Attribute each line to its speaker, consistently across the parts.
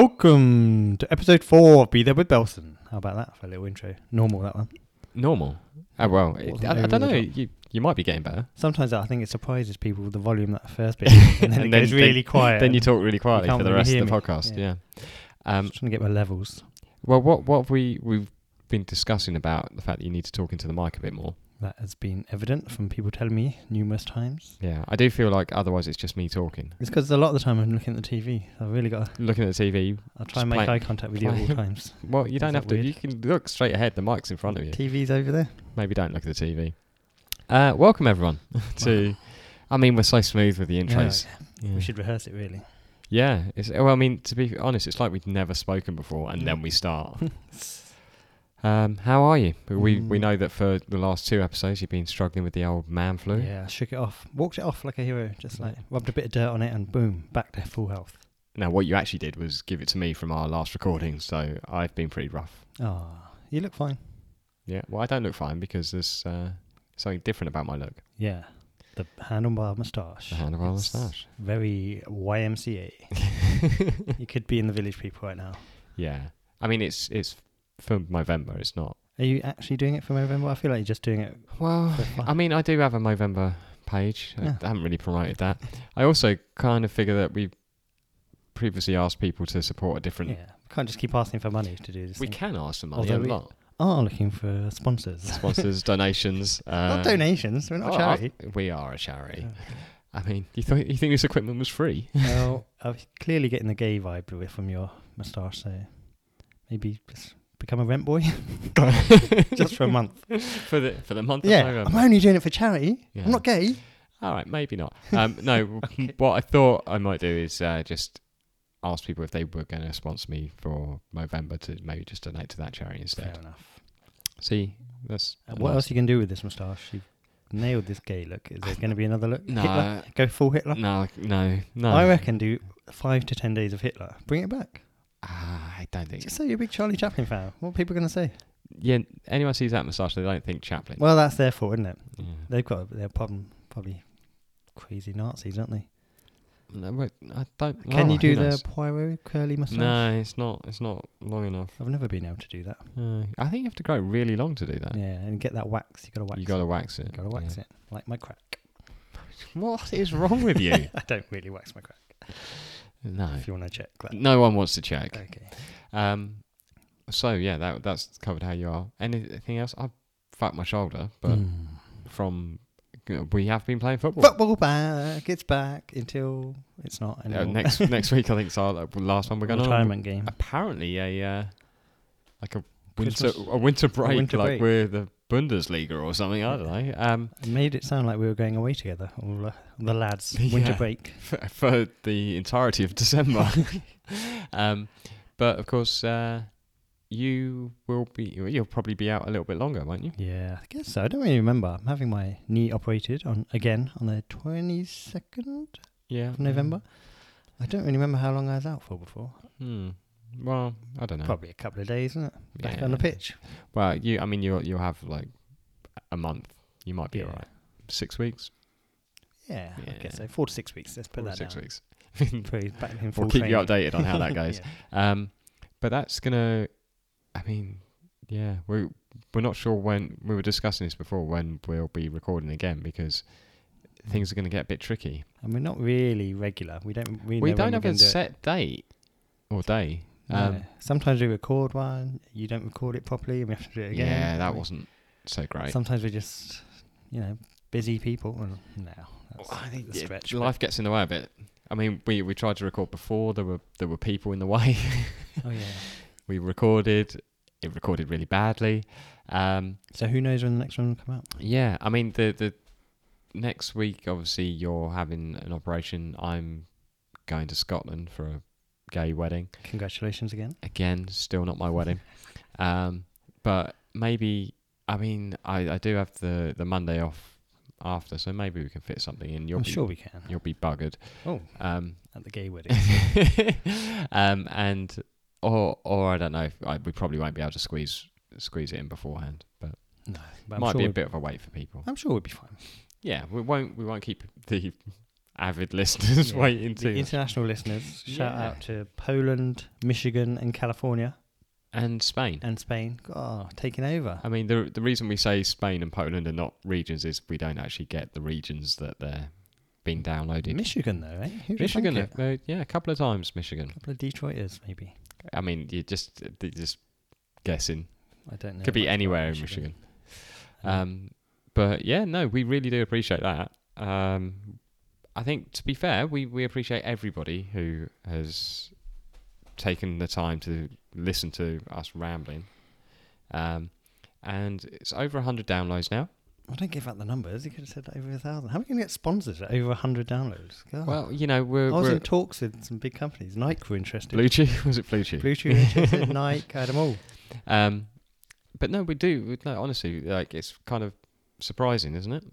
Speaker 1: welcome to episode four of Be There with Belson. How about that for a little intro? Normal, that one.
Speaker 2: Normal. Oh well,
Speaker 1: Wasn't
Speaker 2: I, I
Speaker 1: over
Speaker 2: don't
Speaker 1: the
Speaker 2: know.
Speaker 1: top.
Speaker 2: You you might be getting better.
Speaker 1: Sometimes I think it surprises people with the volume that first bit, and then
Speaker 2: And
Speaker 1: it
Speaker 2: then-
Speaker 1: goes really quiet.
Speaker 2: Then you talk really quietly
Speaker 1: can't
Speaker 2: for the
Speaker 1: really
Speaker 2: rest
Speaker 1: hear
Speaker 2: of the
Speaker 1: me.
Speaker 2: podcast.
Speaker 1: Yeah.
Speaker 2: Yeah. Um,
Speaker 1: Just trying to get my levels.
Speaker 2: well, what what have we we've been discussing about the fact that you need to talk into the mic a bit more.
Speaker 1: That has been evident from people telling me numerous times.
Speaker 2: Yeah, I do feel like otherwise it's just me talking,
Speaker 1: It's because a lot of the time I'm looking at the TV. I've really got. To,
Speaker 2: looking at the TV.
Speaker 1: I'll try
Speaker 2: Just
Speaker 1: and make
Speaker 2: play- Oh,
Speaker 1: eye contact with you at all
Speaker 2: play-
Speaker 1: times.
Speaker 2: Well, you
Speaker 1: Is
Speaker 2: don't
Speaker 1: that
Speaker 2: have to.
Speaker 1: weird?
Speaker 2: You can look straight ahead. The mic's in front of you.
Speaker 1: TV's over there.
Speaker 2: Maybe don't look at the TV. Uh, welcome everyone to. I mean, we're so smooth with the intros. Yeah.
Speaker 1: We should rehearse it really.
Speaker 2: Yeah, it's, well, I mean, to be honest, it's like we've never spoken before, and
Speaker 1: Yeah.
Speaker 2: then we start. um, how are you? We we
Speaker 1: Mm.
Speaker 2: know that for the last two episodes, you've been struggling with the old man flu.
Speaker 1: Yeah, I shook it off. Walked it off like a hero. Just
Speaker 2: Yeah.
Speaker 1: like rubbed a bit of dirt on it and boom, back to full health.
Speaker 2: Now, what you actually did was give it to me from our last recording, so I've been pretty rough.
Speaker 1: Oh, you look fine.
Speaker 2: Yeah, well, I don't look fine because there's uh, something different about my look.
Speaker 1: Yeah. The handlebar moustache.
Speaker 2: The handlebar
Speaker 1: It's
Speaker 2: moustache.
Speaker 1: Very YMCA. you could be in the village people right now.
Speaker 2: Yeah, I mean, it's it's for November. It's not.
Speaker 1: Are you actually doing it for November? I feel like you're just doing it.
Speaker 2: Well,
Speaker 1: for fun.
Speaker 2: I mean, I do have a Movember page.
Speaker 1: Yeah.
Speaker 2: I haven't really promoted that. I also kind of figure that we previously asked people to support a different.
Speaker 1: yeah. Can't just keep asking for money to do this.
Speaker 2: We
Speaker 1: thing.
Speaker 2: can ask for money
Speaker 1: Although
Speaker 2: a
Speaker 1: we-
Speaker 2: lot.
Speaker 1: are looking for sponsors.
Speaker 2: Sponsors, donations. Uh,
Speaker 1: not donations. We're not
Speaker 2: oh,
Speaker 1: a charity.
Speaker 2: I- we are a charity. I mean, you, th- you think this equipment was free?
Speaker 1: well, I'm clearly getting the gay vibe with- from your moustache, so maybe just become a rent boy just for a month.
Speaker 2: for the for the month of
Speaker 1: yeah,
Speaker 2: November.
Speaker 1: I'm only doing it for charity.
Speaker 2: Yeah.
Speaker 1: I'm not gay.
Speaker 2: All right, maybe not. Um, no, what I thought I might do is uh, just ask people if they were going to sponsor me for Movember to maybe just donate to that charity instead.
Speaker 1: Fair enough.
Speaker 2: See, that's
Speaker 1: Uh, what else you can do with this moustache? You've nailed this gay look. Is there going to be another look? Hitler?
Speaker 2: No,
Speaker 1: Go full Hitler.
Speaker 2: no, no, no.
Speaker 1: I reckon do five to ten days of Hitler. Bring it back.
Speaker 2: Ah, I don't think.
Speaker 1: Just say you're a big Charlie Chaplin fan. What are people going to say?
Speaker 2: Yeah, anyone sees that moustache, they don't think Chaplin.
Speaker 1: Well, that's their fault, isn't it?
Speaker 2: yeah.
Speaker 1: They've got their problem, probably crazy Nazis, don't they?
Speaker 2: No, but I don't.
Speaker 1: Can
Speaker 2: well,
Speaker 1: you
Speaker 2: who
Speaker 1: do the
Speaker 2: knows?
Speaker 1: Poirot curly moustache?
Speaker 2: No, it's not. It's not long enough.
Speaker 1: I've never been able to do that.
Speaker 2: No. I think you have to grow really long to do that.
Speaker 1: Yeah, and get that wax. you got to wax
Speaker 2: you
Speaker 1: it.
Speaker 2: gotta wax it.
Speaker 1: Gotta wax it. Like my crack.
Speaker 2: it. What is wrong with you?
Speaker 1: I don't really wax my crack,
Speaker 2: no,
Speaker 1: if you want to check that.
Speaker 2: no one wants to check.
Speaker 1: Okay.
Speaker 2: Um, so yeah, that that's covered how you are. Anything else? I fucked my shoulder, but
Speaker 1: Mm.
Speaker 2: from we have been playing football.
Speaker 1: Football back. It's back until it's not
Speaker 2: Yeah,
Speaker 1: anymore.
Speaker 2: Uh, next next week I think it's our uh, last one we're going on.
Speaker 1: Retirement game.
Speaker 2: Apparently a uh, like a winter
Speaker 1: Christmas-
Speaker 2: a winter break
Speaker 1: winter
Speaker 2: like
Speaker 1: break.
Speaker 2: we're the Bundesliga or something. I don't know. Um,
Speaker 1: It made it sound like we were going away together, all uh, the lads,
Speaker 2: Yeah.
Speaker 1: winter break.
Speaker 2: for, for the entirety of December. um, but of course, uh, you will be you'll probably be out a little bit longer, won't you?
Speaker 1: Yeah, I guess so. I don't really remember. I'm having my knee operated on again on the 22nd
Speaker 2: Yeah,
Speaker 1: of November. I don't really remember how long I was out for before.
Speaker 2: Hmm. Well, I don't know.
Speaker 1: Probably a couple of days, isn't it? Back
Speaker 2: Yeah.
Speaker 1: on the pitch.
Speaker 2: Well, you. I mean, you'll you'll have like a month. You might be
Speaker 1: Yeah.
Speaker 2: all right. Six weeks.
Speaker 1: Yeah, I
Speaker 2: Yeah.
Speaker 1: guess so. Four to six weeks. Let's put
Speaker 2: Or
Speaker 1: that
Speaker 2: six
Speaker 1: down.
Speaker 2: weeks.
Speaker 1: Probably back in full
Speaker 2: we'll keep you
Speaker 1: training.
Speaker 2: updated on how that goes.
Speaker 1: Yeah.
Speaker 2: Um, but that's gonna. I mean, yeah, we we're not sure when we were discussing this before when we'll be recording again because things are gonna get a bit tricky.
Speaker 1: And we're not really regular. We don't really
Speaker 2: we
Speaker 1: know when
Speaker 2: don't
Speaker 1: we're
Speaker 2: have
Speaker 1: gonna
Speaker 2: a
Speaker 1: do it.
Speaker 2: set date or day. Um,
Speaker 1: No. Sometimes we record one, you don't record it properly, and we have to do it again.
Speaker 2: yeah, that
Speaker 1: We-
Speaker 2: wasn't so great.
Speaker 1: Sometimes we're just, you know, busy people. And no, that's
Speaker 2: Well, I think
Speaker 1: a
Speaker 2: it-
Speaker 1: stretch. but-
Speaker 2: life gets in the way a bit. I mean, we, we tried to record before. There were there were people in the way.
Speaker 1: Oh yeah.
Speaker 2: we recorded. It recorded really badly. Um,
Speaker 1: So who knows when the next one will come out?
Speaker 2: yeah, I mean the the next week, obviously, you're having an operation. I'm going to Scotland for a gay wedding.
Speaker 1: Congratulations again.
Speaker 2: Again, still not my wedding. Um, but maybe I mean I, I do have the the Monday off after, so maybe we can fit something in. You'll
Speaker 1: I'm
Speaker 2: be,
Speaker 1: sure we can.
Speaker 2: you'll be buggered.
Speaker 1: Oh,
Speaker 2: Um,
Speaker 1: at the gay wedding.
Speaker 2: um, and or or I don't know. if- I, we probably won't be able to squeeze squeeze it in beforehand, but,
Speaker 1: no, but I'm
Speaker 2: might
Speaker 1: sure
Speaker 2: be a
Speaker 1: we'll-
Speaker 2: bit of a wait for people.
Speaker 1: I'm sure we'll be fine.
Speaker 2: Yeah, we won't we won't keep the avid listeners
Speaker 1: Yeah.
Speaker 2: waiting
Speaker 1: The
Speaker 2: to.
Speaker 1: international listeners, shout
Speaker 2: Yeah.
Speaker 1: out to Poland, Michigan, and California
Speaker 2: and Spain.
Speaker 1: and Spain. Oh, taking over.
Speaker 2: I mean, the the reason we say Spain and Poland are not regions is we don't actually get the regions that they're being downloaded.
Speaker 1: Michigan, though, eh? Who'd have
Speaker 2: Michigan,
Speaker 1: thunk it?
Speaker 2: uh, yeah, a couple of times Michigan.
Speaker 1: couple of Detroiters, maybe.
Speaker 2: I mean, you just you're just guessing.
Speaker 1: I don't know.
Speaker 2: Could be
Speaker 1: much about
Speaker 2: anywhere in Michigan.
Speaker 1: Yeah.
Speaker 2: Um, but yeah, no, we really do appreciate that. Um, I think to be fair, we we appreciate everybody who has taken the time to listen to us rambling. Um, and it's over hundred downloads now.
Speaker 1: I don't give out the numbers. You could have said over a thousand. How are we going to get sponsors at over a hundred downloads? God.
Speaker 2: Well, you know,
Speaker 1: I
Speaker 2: we're,
Speaker 1: was
Speaker 2: we're
Speaker 1: in talks with some big companies. Nike were interested.
Speaker 2: Blue Chew was it Blue Chew?
Speaker 1: Blue Chew were interested. Nike, I had them all.
Speaker 2: Um, but no, we do. we- No, honestly, like it's kind of surprising, isn't it?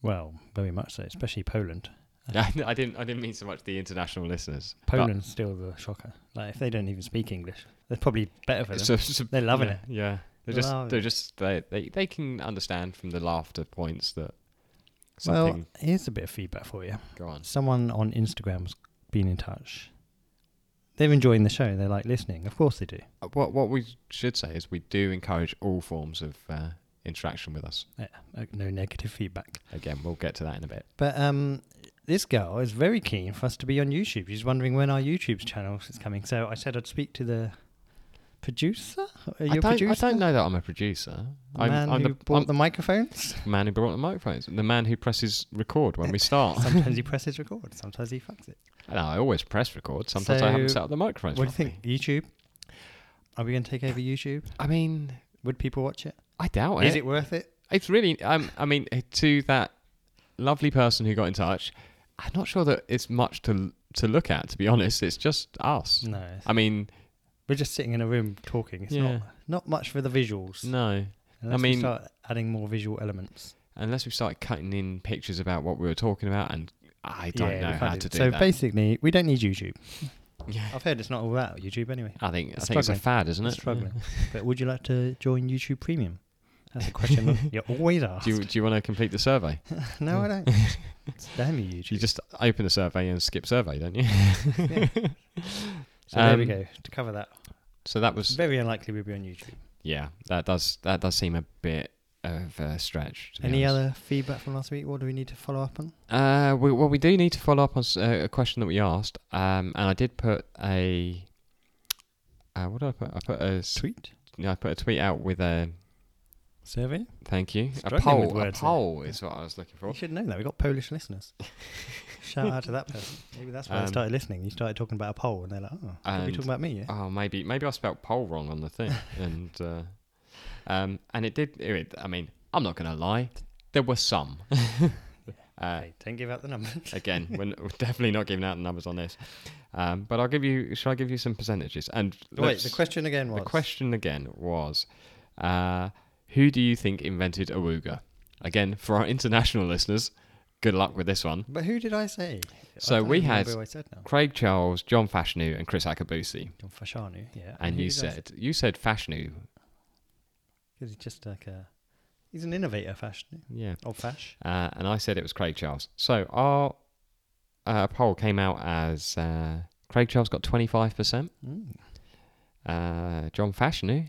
Speaker 1: Well, very much so, especially Poland.
Speaker 2: I, I didn't. I didn't mean so much the international listeners. but-
Speaker 1: Poland's still the shocker. Like if they don't even speak English, they're probably better for them.
Speaker 2: So- so-
Speaker 1: uh, They're loving
Speaker 2: yeah,
Speaker 1: it.
Speaker 2: Yeah,
Speaker 1: They're
Speaker 2: they're just
Speaker 1: loving
Speaker 2: they're
Speaker 1: it.
Speaker 2: just they, they they can understand from the laughter points that
Speaker 1: well,
Speaker 2: something
Speaker 1: here's a bit of feedback for you.
Speaker 2: go on.
Speaker 1: Someone on Instagram's been in touch. They're enjoying the show. They like listening. Of course they do.
Speaker 2: Uh, What what we should say is we do encourage all forms of uh, interaction with us.
Speaker 1: Uh, No negative feedback.
Speaker 2: Again, we'll get to that in a bit.
Speaker 1: But um, this girl is very keen for us to be on YouTube. She's wondering when our YouTube's channel is coming. So I said I'd speak to the producer. Are
Speaker 2: I
Speaker 1: you a
Speaker 2: don't,
Speaker 1: producer?
Speaker 2: I don't know that I'm a producer.
Speaker 1: The
Speaker 2: I'm,
Speaker 1: man
Speaker 2: I'm
Speaker 1: who
Speaker 2: the,
Speaker 1: bought
Speaker 2: I'm
Speaker 1: the microphones.
Speaker 2: the man who brought the microphones. The man who presses record when we start.
Speaker 1: Sometimes he presses record. Sometimes he fucks it.
Speaker 2: no, I always press record. Sometimes I haven't
Speaker 1: So,
Speaker 2: set up the microphones.
Speaker 1: what do you
Speaker 2: properly.
Speaker 1: think? YouTube? Are we going to take over YouTube?
Speaker 2: I mean,
Speaker 1: Would people watch it?
Speaker 2: I doubt
Speaker 1: Is it worth it?
Speaker 2: It's really, um, I mean, to that lovely person who got in touch, I'm not sure that it's much to to look at. To be honest, it's just us.
Speaker 1: No.
Speaker 2: I mean,
Speaker 1: We're just sitting in a room talking. It's
Speaker 2: Yeah.
Speaker 1: not not much for the visuals.
Speaker 2: no,
Speaker 1: Unless
Speaker 2: mean-
Speaker 1: we start adding more visual elements.
Speaker 2: unless we start cutting in pictures about what we were talking about, and I don't
Speaker 1: Yeah,
Speaker 2: know
Speaker 1: we
Speaker 2: how
Speaker 1: can't
Speaker 2: to do
Speaker 1: so
Speaker 2: that.
Speaker 1: basically, we don't need YouTube.
Speaker 2: yeah.
Speaker 1: I've heard it's not all that YouTube anyway.
Speaker 2: I think I
Speaker 1: It's
Speaker 2: think it's a
Speaker 1: struggling.
Speaker 2: fad, isn't it?
Speaker 1: It's struggling. but would you like to join YouTube Premium? That's a question that you always ask.
Speaker 2: Do you, do you want to complete the survey?
Speaker 1: no, I don't. It's damn you, YouTube.
Speaker 2: You just open the survey and skip survey, don't you?
Speaker 1: Yeah. so there we
Speaker 2: um,
Speaker 1: go. To cover that,
Speaker 2: So that
Speaker 1: it's
Speaker 2: was
Speaker 1: very unlikely we'll be on YouTube.
Speaker 2: yeah. That does that does seem a bit of a stretch. to be
Speaker 1: Any
Speaker 2: honest.
Speaker 1: other feedback from last week? What do we need to follow up on?
Speaker 2: Uh, we, well, we do need to follow up on s- uh, a question that we asked, um, and I did put a. Uh, what did I put? I put a. s-
Speaker 1: Tweet
Speaker 2: no, I put a tweet out with a
Speaker 1: survey.
Speaker 2: thank you. A
Speaker 1: Struggling with
Speaker 2: poll. A
Speaker 1: words eh? there.
Speaker 2: poll is what I was looking
Speaker 1: You
Speaker 2: for.
Speaker 1: should know that we've got Polish listeners. Shout out to that person. Maybe that's why
Speaker 2: Um,
Speaker 1: they started listening. You started talking about a poll, and they're like, "Oh, are we
Speaker 2: And-
Speaker 1: talking about me?" Yeah?
Speaker 2: Oh, maybe maybe I spelt poll wrong on the thing, and uh, um, and it did. It, I mean, I'm not gonna lie, there were some. uh,
Speaker 1: hey, don't give out the numbers.
Speaker 2: again, we're, n- we're definitely not giving out the numbers on this, um, but I'll give you. Shall I give you some percentages? And
Speaker 1: Wait, the
Speaker 2: let's-
Speaker 1: question again was
Speaker 2: The question again was, uh, who do you think invented awooga? Again, for our international listeners, good luck with this one.
Speaker 1: But who did I say? I
Speaker 2: So
Speaker 1: can't
Speaker 2: we
Speaker 1: even
Speaker 2: had-
Speaker 1: remember who I said now.
Speaker 2: Craig Charles, John Fashanu, and Chris Akabusi.
Speaker 1: John Fashanu, yeah.
Speaker 2: And you
Speaker 1: said
Speaker 2: said you said Fashanu,
Speaker 1: because he's just like a he's an innovator, Fashanu
Speaker 2: yeah.
Speaker 1: or Fash.
Speaker 2: Uh, and I said it was Craig Charles. So our uh, poll came out as uh, Craig Charles got twenty five percent, uh,
Speaker 1: Mm.
Speaker 2: John Fashanu,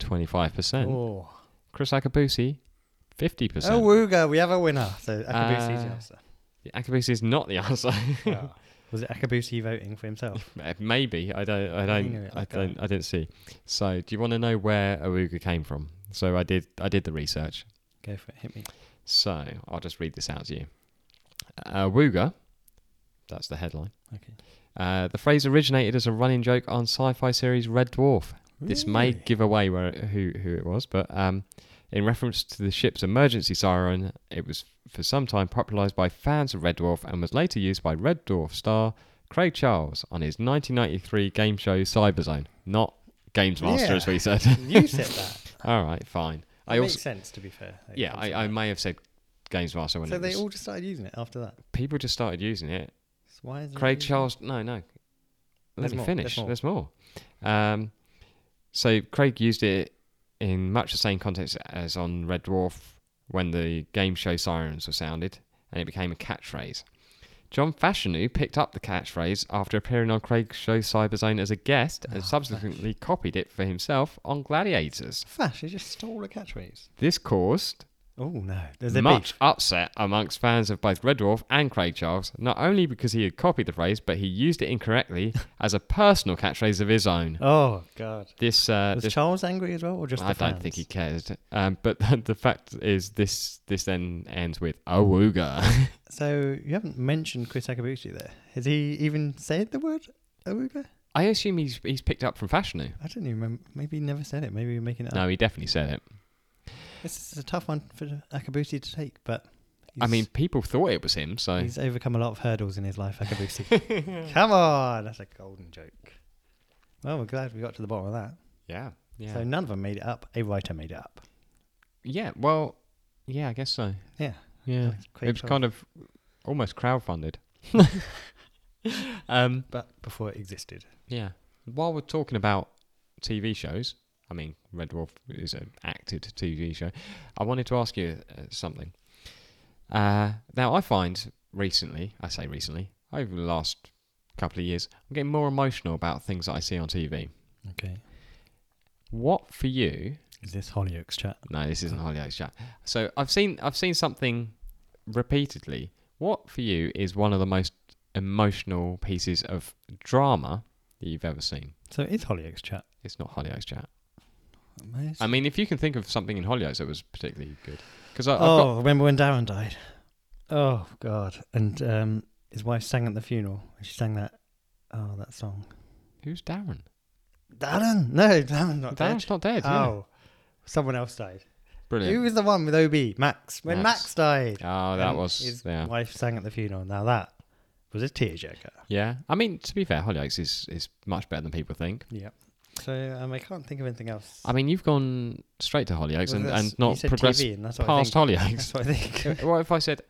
Speaker 2: twenty five percent,
Speaker 1: Oh,
Speaker 2: Chris Akabusi, fifty percent.
Speaker 1: Awooga, we have a winner. So Akabusi's the
Speaker 2: Uh,
Speaker 1: answer.
Speaker 2: Akabusi is not the answer.
Speaker 1: Oh. Was it Akabusi voting for himself?
Speaker 2: Uh, Maybe I don't. I
Speaker 1: I
Speaker 2: don't.
Speaker 1: knew it
Speaker 2: I
Speaker 1: like uh, that.
Speaker 2: don't. I didn't see. So, do you want to know where Awuga came from? So I did. I did the research.
Speaker 1: Go for it, hit me.
Speaker 2: So I'll just read this out to you. Awuga, that's the headline.
Speaker 1: Okay.
Speaker 2: Uh, the phrase originated as a running joke on sci-fi series Red Dwarf. This may
Speaker 1: Really?
Speaker 2: give away where who who it was, but um, in reference to the ship's emergency siren, it was for some time popularized by fans of Red Dwarf and was later used by Red Dwarf star Craig Charles on his 1993 game show Cyberzone. Not Games Master,
Speaker 1: Yeah.
Speaker 2: as we said.
Speaker 1: you said that.
Speaker 2: all right, fine.
Speaker 1: That
Speaker 2: I
Speaker 1: makes
Speaker 2: also
Speaker 1: sense to be fair. Like,
Speaker 2: yeah,
Speaker 1: obviously.
Speaker 2: I, I may have said Games Master when
Speaker 1: so
Speaker 2: it
Speaker 1: they
Speaker 2: was-
Speaker 1: all just started using it after that.
Speaker 2: people just started using it.
Speaker 1: So why is it
Speaker 2: Craig
Speaker 1: used?
Speaker 2: Charles. No, no. Let
Speaker 1: Mm. There's
Speaker 2: me
Speaker 1: more,
Speaker 2: finish.
Speaker 1: there's
Speaker 2: There's more. Um, so Craig used it in much the same context as on Red Dwarf when the game show sirens were sounded, and it became a catchphrase. John Fashanu picked up the catchphrase after appearing on Craig's show Cyberzone as a guest and
Speaker 1: Oh,
Speaker 2: subsequently copied it for himself on Gladiators.
Speaker 1: Flash, he just stole the catchphrase.
Speaker 2: This caused
Speaker 1: Oh no, there's a
Speaker 2: much
Speaker 1: beef.
Speaker 2: upset amongst fans of both Red Dwarf and Craig Charles, not only because he had copied the phrase, but he used it incorrectly as a personal catchphrase of his own.
Speaker 1: Oh god,
Speaker 2: This, uh,
Speaker 1: was
Speaker 2: this
Speaker 1: Charles angry as well, or just
Speaker 2: I
Speaker 1: the fans?
Speaker 2: don't think he cares. Um, but the fact is, this this then ends with awooga.
Speaker 1: So you haven't mentioned Chris Akabuchi there. Has he even said the word Awuga?
Speaker 2: I assume he's he's picked up from Fashanu.
Speaker 1: I don't even remember. Maybe he never said it. Maybe we're making it up.
Speaker 2: No, he definitely said it.
Speaker 1: This is a tough one for Akabuchi to take, but
Speaker 2: I
Speaker 1: he's-
Speaker 2: mean, people thought it was him, so
Speaker 1: he's overcome a lot of hurdles in his life, Akabuchi. Come on, that's a golden joke. Well, we're glad we got to the bottom of that.
Speaker 2: yeah, yeah,
Speaker 1: So none of them made it up. A writer made it up.
Speaker 2: yeah. Well, yeah, I guess so.
Speaker 1: Yeah.
Speaker 2: Yeah,
Speaker 1: That's
Speaker 2: it
Speaker 1: Craig
Speaker 2: was
Speaker 1: Charles.
Speaker 2: kind of almost crowdfunded. um,
Speaker 1: but before it existed.
Speaker 2: yeah. While we're talking about TV shows, I mean, Red Dwarf is an acted TV show. I wanted to ask you uh, something. Uh, now, I find recently, I say recently, over the last couple of years, I'm getting more emotional about things that I see on TV.
Speaker 1: Okay.
Speaker 2: What for you
Speaker 1: Is this Hollyoaks chat?
Speaker 2: No, this isn't Hollyoaks chat. So I've seen I've seen something repeatedly. What for you is one of the most emotional pieces of drama that you've ever seen?
Speaker 1: So it is Hollyoaks chat.
Speaker 2: It's not Hollyoaks chat.
Speaker 1: Amazing.
Speaker 2: I mean, if you can think of something in Hollyoaks that was particularly good, because I've
Speaker 1: oh,
Speaker 2: got
Speaker 1: remember when Darren died? Oh God! And um, his wife sang at the funeral. and She sang that. Oh, that song.
Speaker 2: who's Darren?
Speaker 1: Darren? No, Darren not
Speaker 2: Darren's not dead.
Speaker 1: dead.
Speaker 2: yeah.
Speaker 1: Uh, Oh, someone else died. Who Um,
Speaker 2: brilliant.
Speaker 1: was the one with OB? Max. When
Speaker 2: Max.
Speaker 1: Max, died.
Speaker 2: Oh, that
Speaker 1: and
Speaker 2: was
Speaker 1: his
Speaker 2: yeah,
Speaker 1: wife sang at the funeral. Now that was a tearjerker.
Speaker 2: yeah. I mean, to be fair, Hollyoaks is is much better than people think.
Speaker 1: Yeah. So um, I can't think of anything else.
Speaker 2: I mean, you've gone straight to Hollyoaks
Speaker 1: Well,
Speaker 2: and,
Speaker 1: that's-
Speaker 2: and
Speaker 1: you
Speaker 2: not
Speaker 1: said
Speaker 2: progressed
Speaker 1: TV, and that's what I
Speaker 2: past
Speaker 1: think.
Speaker 2: Hollyoaks.
Speaker 1: That's what I think.
Speaker 2: what if I said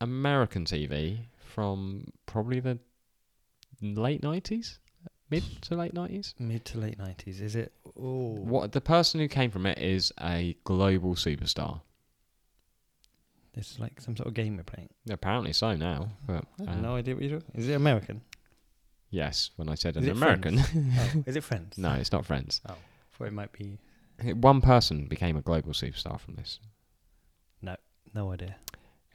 Speaker 2: American TV from probably the late nineties, mid to late nineties?
Speaker 1: Mid to late nineties, is it? Oh,
Speaker 2: What the person who came from it is a global superstar.
Speaker 1: This is like some sort of game we're playing.
Speaker 2: Apparently so now, but
Speaker 1: I have
Speaker 2: um,
Speaker 1: no idea what you're talking. Is it American?
Speaker 2: yes, when I said
Speaker 1: Is
Speaker 2: an
Speaker 1: it
Speaker 2: American,
Speaker 1: oh, is it Friends?
Speaker 2: no, it's not Friends.
Speaker 1: Oh, thought it might be.
Speaker 2: One person became a global superstar from this.
Speaker 1: No idea.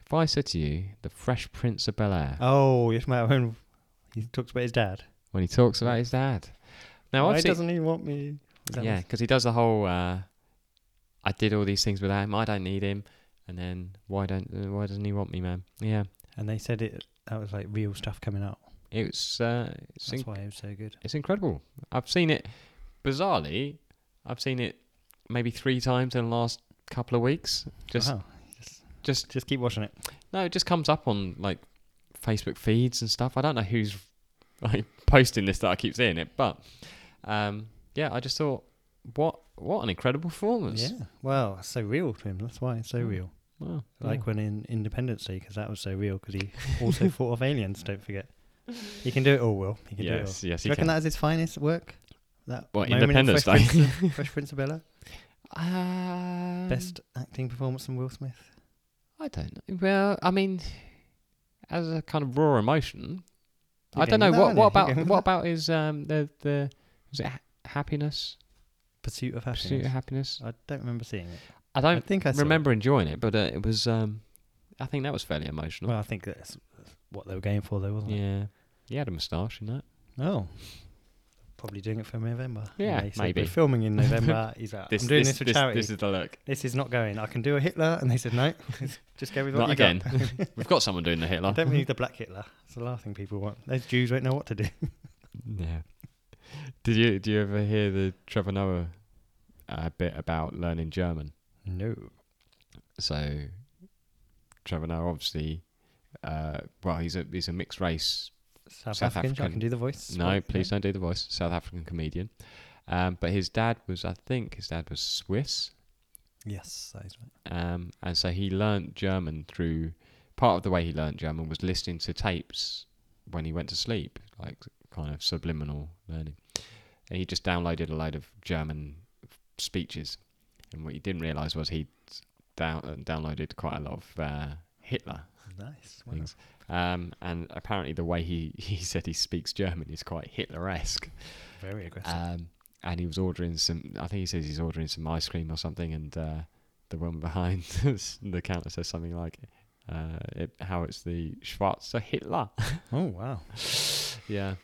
Speaker 2: If I said to you, the Fresh Prince of Bel Air,
Speaker 1: Oh, it's my own. He talks about his dad.
Speaker 2: when he talks about his dad. Now
Speaker 1: Why
Speaker 2: I've seen,
Speaker 1: doesn't he want me? Is that
Speaker 2: Yeah,
Speaker 1: what-
Speaker 2: because he does the whole. Uh, I did all these things without him. I don't need him. And then why don't uh, why doesn't he want me, man? Yeah,
Speaker 1: And they said it. That was like real stuff coming out.
Speaker 2: it's uh, it's,
Speaker 1: That's
Speaker 2: inc-
Speaker 1: why it was so good.
Speaker 2: it's incredible. I've seen it. Bizarrely, I've seen it maybe three times in the last couple of weeks. Just
Speaker 1: wow. just
Speaker 2: just
Speaker 1: just keep watching it.
Speaker 2: no, it just comes up on like Facebook feeds and stuff. I don't know who's like posting this that I keep seeing it, but um, yeah, I just thought what what an incredible performance.
Speaker 1: Yeah. Well, it's so real to him. That's why it's so
Speaker 2: Mm.
Speaker 1: real.
Speaker 2: Wow,
Speaker 1: Like when in Independence Day, because that was so real. Because he also thought of aliens. Don't forget. He can do it all. Will he can do it all.
Speaker 2: yes, yes,
Speaker 1: Do
Speaker 2: he
Speaker 1: you reckon
Speaker 2: can.
Speaker 1: that is his finest work? That
Speaker 2: What,
Speaker 1: moment in
Speaker 2: Independence
Speaker 1: Fresh
Speaker 2: Day?
Speaker 1: Prince of- Fresh Prince of Bel-Air?
Speaker 2: Um,
Speaker 1: Best acting performance from Will Smith.
Speaker 2: I don't know. Well, I mean, as a kind of raw emotion,
Speaker 1: You're
Speaker 2: I don't know
Speaker 1: going with
Speaker 2: what.
Speaker 1: that,
Speaker 2: What
Speaker 1: aren't you? You're going
Speaker 2: about
Speaker 1: with
Speaker 2: what
Speaker 1: that.
Speaker 2: about his um the the was it ha- happiness?
Speaker 1: Pursuit of Happiness?
Speaker 2: Pursuit of happiness.
Speaker 1: I don't remember seeing it.
Speaker 2: I
Speaker 1: I,
Speaker 2: don't
Speaker 1: think I saw it.
Speaker 2: remember enjoying it, but uh, it was. um I think that was fairly emotional.
Speaker 1: Well, I think that's what they were going for, though, wasn't it?
Speaker 2: yeah, he had a moustache in that.
Speaker 1: Oh. Probably doing it for November.
Speaker 2: Yeah,
Speaker 1: And they said,
Speaker 2: maybe.
Speaker 1: We're filming in November. He's like, I'm doing this, for charity. This
Speaker 2: This
Speaker 1: is,
Speaker 2: is the look.
Speaker 1: not going. I can do a Hitler. And they said, no, just go with what
Speaker 2: Not
Speaker 1: you
Speaker 2: again.
Speaker 1: got.
Speaker 2: We've got someone doing the Hitler.
Speaker 1: don't need the black Hitler. It's the last thing people want. Those Jews don't know what to do.
Speaker 2: Yeah. Did you do you ever hear the Trevor Noah uh, bit about learning German?
Speaker 1: No.
Speaker 2: So Trevor Noah obviously uh, well he's a he's a mixed race.
Speaker 1: South,
Speaker 2: South
Speaker 1: Africans, I
Speaker 2: African.
Speaker 1: can do the voice.
Speaker 2: no,
Speaker 1: What?
Speaker 2: please don't do the voice. South African comedian. Um, but his dad was I think his dad was Swiss.
Speaker 1: Yes, that is right.
Speaker 2: Um, and so he learnt German through part of the way he learnt German was listening to tapes when he went to sleep, like kind of subliminal learning. And he just downloaded a load of German speeches. And what he didn't realise was he'd down, uh, downloaded quite a lot of uh, Hitler.
Speaker 1: Nice. Wow.
Speaker 2: Things. Um, and apparently, the way he, he said he speaks German is quite Hitler esque.
Speaker 1: Very aggressive.
Speaker 2: Um, and he was ordering some. I think he says he's ordering some ice cream or something. And uh, the woman behind us, the counter says something like, uh, it, "How it's the Schwarzer Hitler."
Speaker 1: oh wow.
Speaker 2: yeah.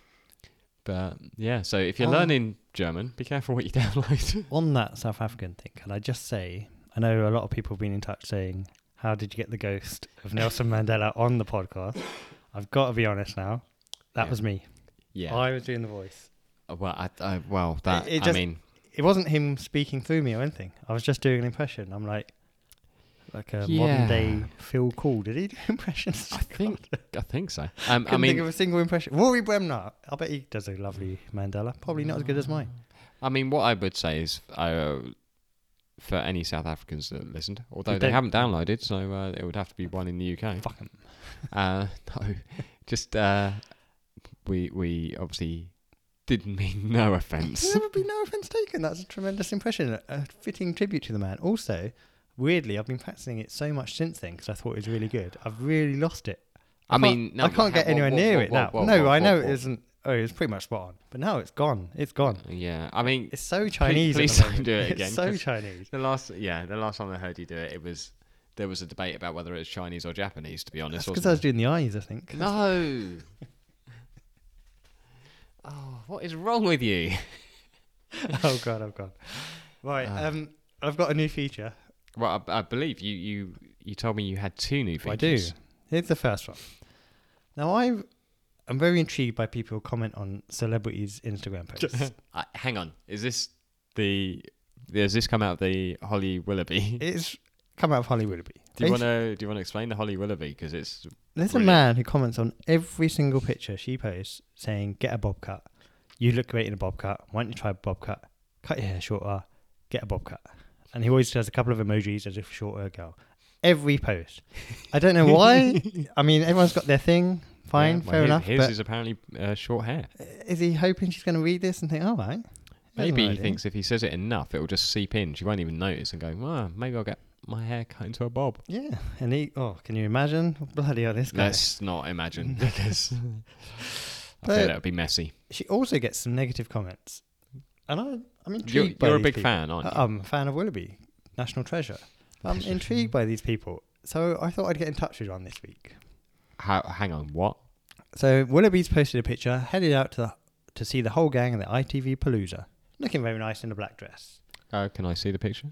Speaker 2: But yeah, so if you're
Speaker 1: Um,
Speaker 2: learning German, be careful what you download.
Speaker 1: On that South African thing, can I just say I know a lot of people have been in touch saying, How did you get the ghost of Nelson Mandela on the podcast? I've got to be honest now. That
Speaker 2: Yeah.
Speaker 1: was me.
Speaker 2: yeah.
Speaker 1: I was doing the voice.
Speaker 2: Uh, well, I, I, well, that
Speaker 1: it
Speaker 2: I
Speaker 1: just-
Speaker 2: mean,
Speaker 1: It wasn't him speaking through me or anything. I was just doing an impression. I'm like like a
Speaker 2: Yeah.
Speaker 1: modern day Phil Cool. Did he do impressions?
Speaker 2: I think I think so. Um, I
Speaker 1: Couldn't
Speaker 2: mean,
Speaker 1: think of a single impression. Rory Bremner. I bet he does a lovely Mandela. Probably not as good as
Speaker 2: Mm.
Speaker 1: mine.
Speaker 2: I mean, what I would say is, uh, for any South Africans that listened, although they
Speaker 1: don't-
Speaker 2: haven't downloaded, so uh, it would have to be one in the UK.
Speaker 1: Fuck him.
Speaker 2: Uh, no, just uh, we we obviously didn't mean no offence.
Speaker 1: There would be no offence taken. That's a tremendous impression, a fitting tribute to the man. Also, weirdly, I've been practicing it so much since then because I thought it was really good. I've really lost it.
Speaker 2: I
Speaker 1: can't-
Speaker 2: mean, no,
Speaker 1: I can't get
Speaker 2: whoa,
Speaker 1: anywhere
Speaker 2: whoa,
Speaker 1: near
Speaker 2: whoa,
Speaker 1: it
Speaker 2: whoa,
Speaker 1: now.
Speaker 2: whoa,
Speaker 1: no,
Speaker 2: whoa,
Speaker 1: I
Speaker 2: whoa,
Speaker 1: know
Speaker 2: whoa.
Speaker 1: it isn't. Oh, it's pretty much spot on. But now it's gone. It's gone.
Speaker 2: Yeah, I mean,
Speaker 1: It's so Chinese. at
Speaker 2: please
Speaker 1: the
Speaker 2: don't
Speaker 1: moment.
Speaker 2: do it
Speaker 1: It's
Speaker 2: again,
Speaker 1: so
Speaker 2: 'cause-
Speaker 1: Chinese.
Speaker 2: The last, yeah, the last time I heard you do it, it was there was a debate about whether it was Chinese or Japanese. To be honest,
Speaker 1: Because I was
Speaker 2: wasn't
Speaker 1: doing the eyes, I think.
Speaker 2: there? no. oh, what is wrong with you?
Speaker 1: oh god, oh god. Right.
Speaker 2: Ah.
Speaker 1: um, I've got a new feature.
Speaker 2: Well, I, I believe you, you you told me you had two new
Speaker 1: I
Speaker 2: features.
Speaker 1: do. Here's the first one. Now I, I'm very intrigued by people who comment on celebrities' Instagram posts.
Speaker 2: I, hang on, is this the? Does this come out of the Holly Willoughby?
Speaker 1: It's come out of Holly Willoughby.
Speaker 2: do you
Speaker 1: Inst-
Speaker 2: want to do you want to explain the Holly Willoughby? Because it's
Speaker 1: There's a
Speaker 2: Brilliant.
Speaker 1: man who comments on every single picture she posts saying, Get a bob cut. You look great in a bob cut. Why don't you try a bob cut? Cut your hair shorter. Get a bob cut. And he always does a couple of emojis as if shorter girl. Every post. I don't know why. I mean, everyone's got their thing. Fine,
Speaker 2: Yeah, well,
Speaker 1: fair
Speaker 2: his-
Speaker 1: enough.
Speaker 2: His
Speaker 1: but
Speaker 2: is apparently uh, short hair.
Speaker 1: is he hoping she's going to read this and think, all right? That's
Speaker 2: Maybe
Speaker 1: an
Speaker 2: he
Speaker 1: idea."
Speaker 2: thinks if he says it enough, it will just seep in. She won't even notice and go, "Wow, maybe I'll get my hair cut into a bob."
Speaker 1: Yeah. And he, oh, can you imagine? Bloody hell, this guy.
Speaker 2: Let's not imagine because I
Speaker 1: But-
Speaker 2: feel that would be messy.
Speaker 1: She also gets some negative comments. And I, I'm intrigued
Speaker 2: You're,
Speaker 1: by
Speaker 2: you're a
Speaker 1: these
Speaker 2: big
Speaker 1: people. Uh,
Speaker 2: fan, aren't you?
Speaker 1: I'm a fan of Willoughby, National Treasure. I'm intrigued by these people, so I thought I'd get in touch with one this week.
Speaker 2: How, hang on, what?
Speaker 1: So Willoughby's posted a picture, headed out to the, to see the whole gang at the ITV Palooza, looking very nice in a black dress,
Speaker 2: Uh, can I see the picture?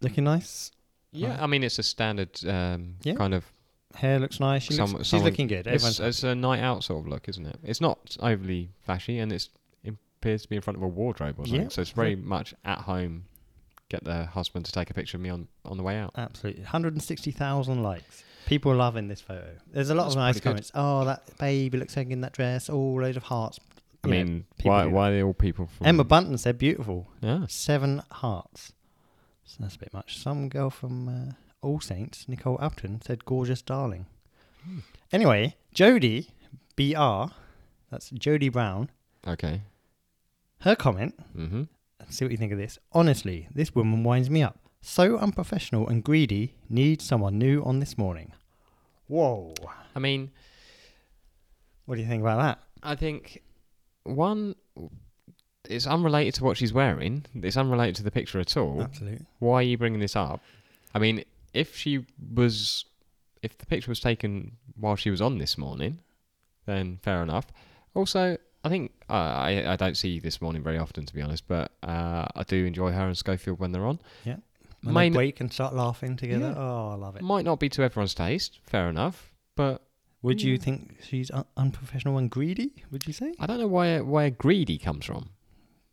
Speaker 1: looking nice.
Speaker 2: Yeah,
Speaker 1: Right.
Speaker 2: I mean it's a standard um,
Speaker 1: Yeah.
Speaker 2: kind of.
Speaker 1: Hair looks nice. She
Speaker 2: Someone-
Speaker 1: looks, she's
Speaker 2: someone-
Speaker 1: looking good.
Speaker 2: It's,
Speaker 1: Everyone's
Speaker 2: it's a night out sort of look, isn't it? It's not overly flashy, and it's, it appears to be in front of a wardrobe or something.
Speaker 1: Yeah.
Speaker 2: So it's very much at home. Get the husband to take a picture of me on, on the way out.
Speaker 1: absolutely 160,000 likes. People loving this photo. There's a lot
Speaker 2: That's
Speaker 1: of nice
Speaker 2: pretty good.
Speaker 1: comments. Oh, that baby looks so good in that dress. All oh, loads of hearts.
Speaker 2: I
Speaker 1: You know,
Speaker 2: mean,
Speaker 1: people
Speaker 2: why
Speaker 1: do
Speaker 2: why are they all people from
Speaker 1: Emma Bunton said beautiful.
Speaker 2: Yeah.
Speaker 1: Seven hearts. So that's a bit much. Some girl from uh, All Saints, Nicole Upton, said gorgeous darling.
Speaker 2: Hmm.
Speaker 1: Anyway, Jodie BR, that's Jodie Brown,
Speaker 2: Okay.
Speaker 1: her comment,
Speaker 2: Mm-hmm.
Speaker 1: let's see what you think of this. Honestly, this woman winds me up. So unprofessional and greedy, need someone new on this morning. Whoa.
Speaker 2: I mean,
Speaker 1: What do you think about that?
Speaker 2: I think one, it's unrelated to what she's wearing. It's unrelated to the picture at all.
Speaker 1: Absolutely.
Speaker 2: Why are you bringing this up? I mean, if she was, if the picture was taken while she was on this morning, then fair enough. Also, I think uh, I I don't see this morning very often, to be honest, but uh, I do enjoy her and Schofield when they're on.
Speaker 1: When
Speaker 2: Mine-
Speaker 1: they break and start laughing together.
Speaker 2: Yeah. Mm.
Speaker 1: Oh, I love it.
Speaker 2: Might not be to everyone's taste, fair enough, but
Speaker 1: Would you
Speaker 2: Mm.
Speaker 1: think she's un- unprofessional and greedy? Would you say?
Speaker 2: I don't know where where greedy comes from.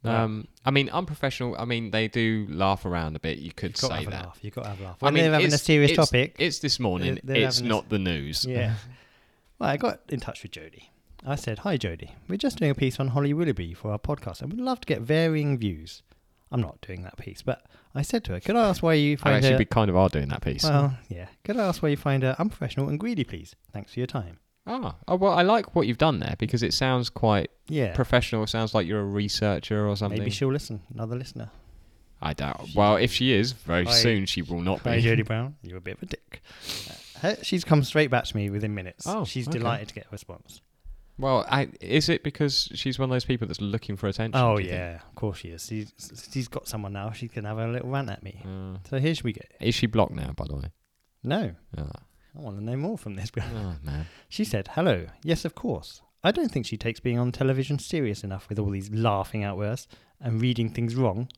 Speaker 1: Right.
Speaker 2: Um, I mean, unprofessional. I mean, they do laugh around a bit. You could
Speaker 1: You've got to
Speaker 2: say
Speaker 1: have
Speaker 2: that.
Speaker 1: a laugh. You've got to have a laugh.
Speaker 2: I
Speaker 1: When
Speaker 2: mean,
Speaker 1: they're having a
Speaker 2: it's-
Speaker 1: serious
Speaker 2: it's-
Speaker 1: topic.
Speaker 2: It's this morning.
Speaker 1: They're
Speaker 2: it's
Speaker 1: having a-
Speaker 2: not the news.
Speaker 1: yeah. well, I got in touch with Jodie. I said, "Hi, Jodie. We're just doing a piece on Holly Willoughby for our podcast, and we'd love to get varying views." I'm not doing that piece, but I said to her, "Could I ask why you
Speaker 2: I
Speaker 1: find
Speaker 2: actually
Speaker 1: her?"
Speaker 2: be kind of are doing that piece.
Speaker 1: well, yeah. Could I ask why you find her unprofessional and greedy, please? Thanks for your time.
Speaker 2: ah, oh, well, I like what you've done there because it sounds quite
Speaker 1: Yeah.
Speaker 2: professional. It sounds like you're a researcher or something.
Speaker 1: Maybe she'll listen. Another listener.
Speaker 2: I doubt. Well, if she is, very
Speaker 1: Hi-
Speaker 2: soon she will not
Speaker 1: Hi,
Speaker 2: be.
Speaker 1: Jodie Brown. You're a bit of a dick. Uh, Her- she's come straight back to me within minutes.
Speaker 2: Oh,
Speaker 1: she's
Speaker 2: okay.
Speaker 1: delighted to get a response.
Speaker 2: Well, I, is it because she's one of those people that's looking for attention?
Speaker 1: Oh
Speaker 2: do you
Speaker 1: yeah, of course she is. She's, she's got someone now. She can have a little rant at me.
Speaker 2: think? Uh,
Speaker 1: So here should we go.
Speaker 2: is she blocked now? By the way.
Speaker 1: No,
Speaker 2: Ah,
Speaker 1: I want to know more from this. girl.
Speaker 2: oh man.
Speaker 1: she said, "Hello. Yes, of course. I don't think she takes being on television serious enough with all these laughing at us and reading things wrong.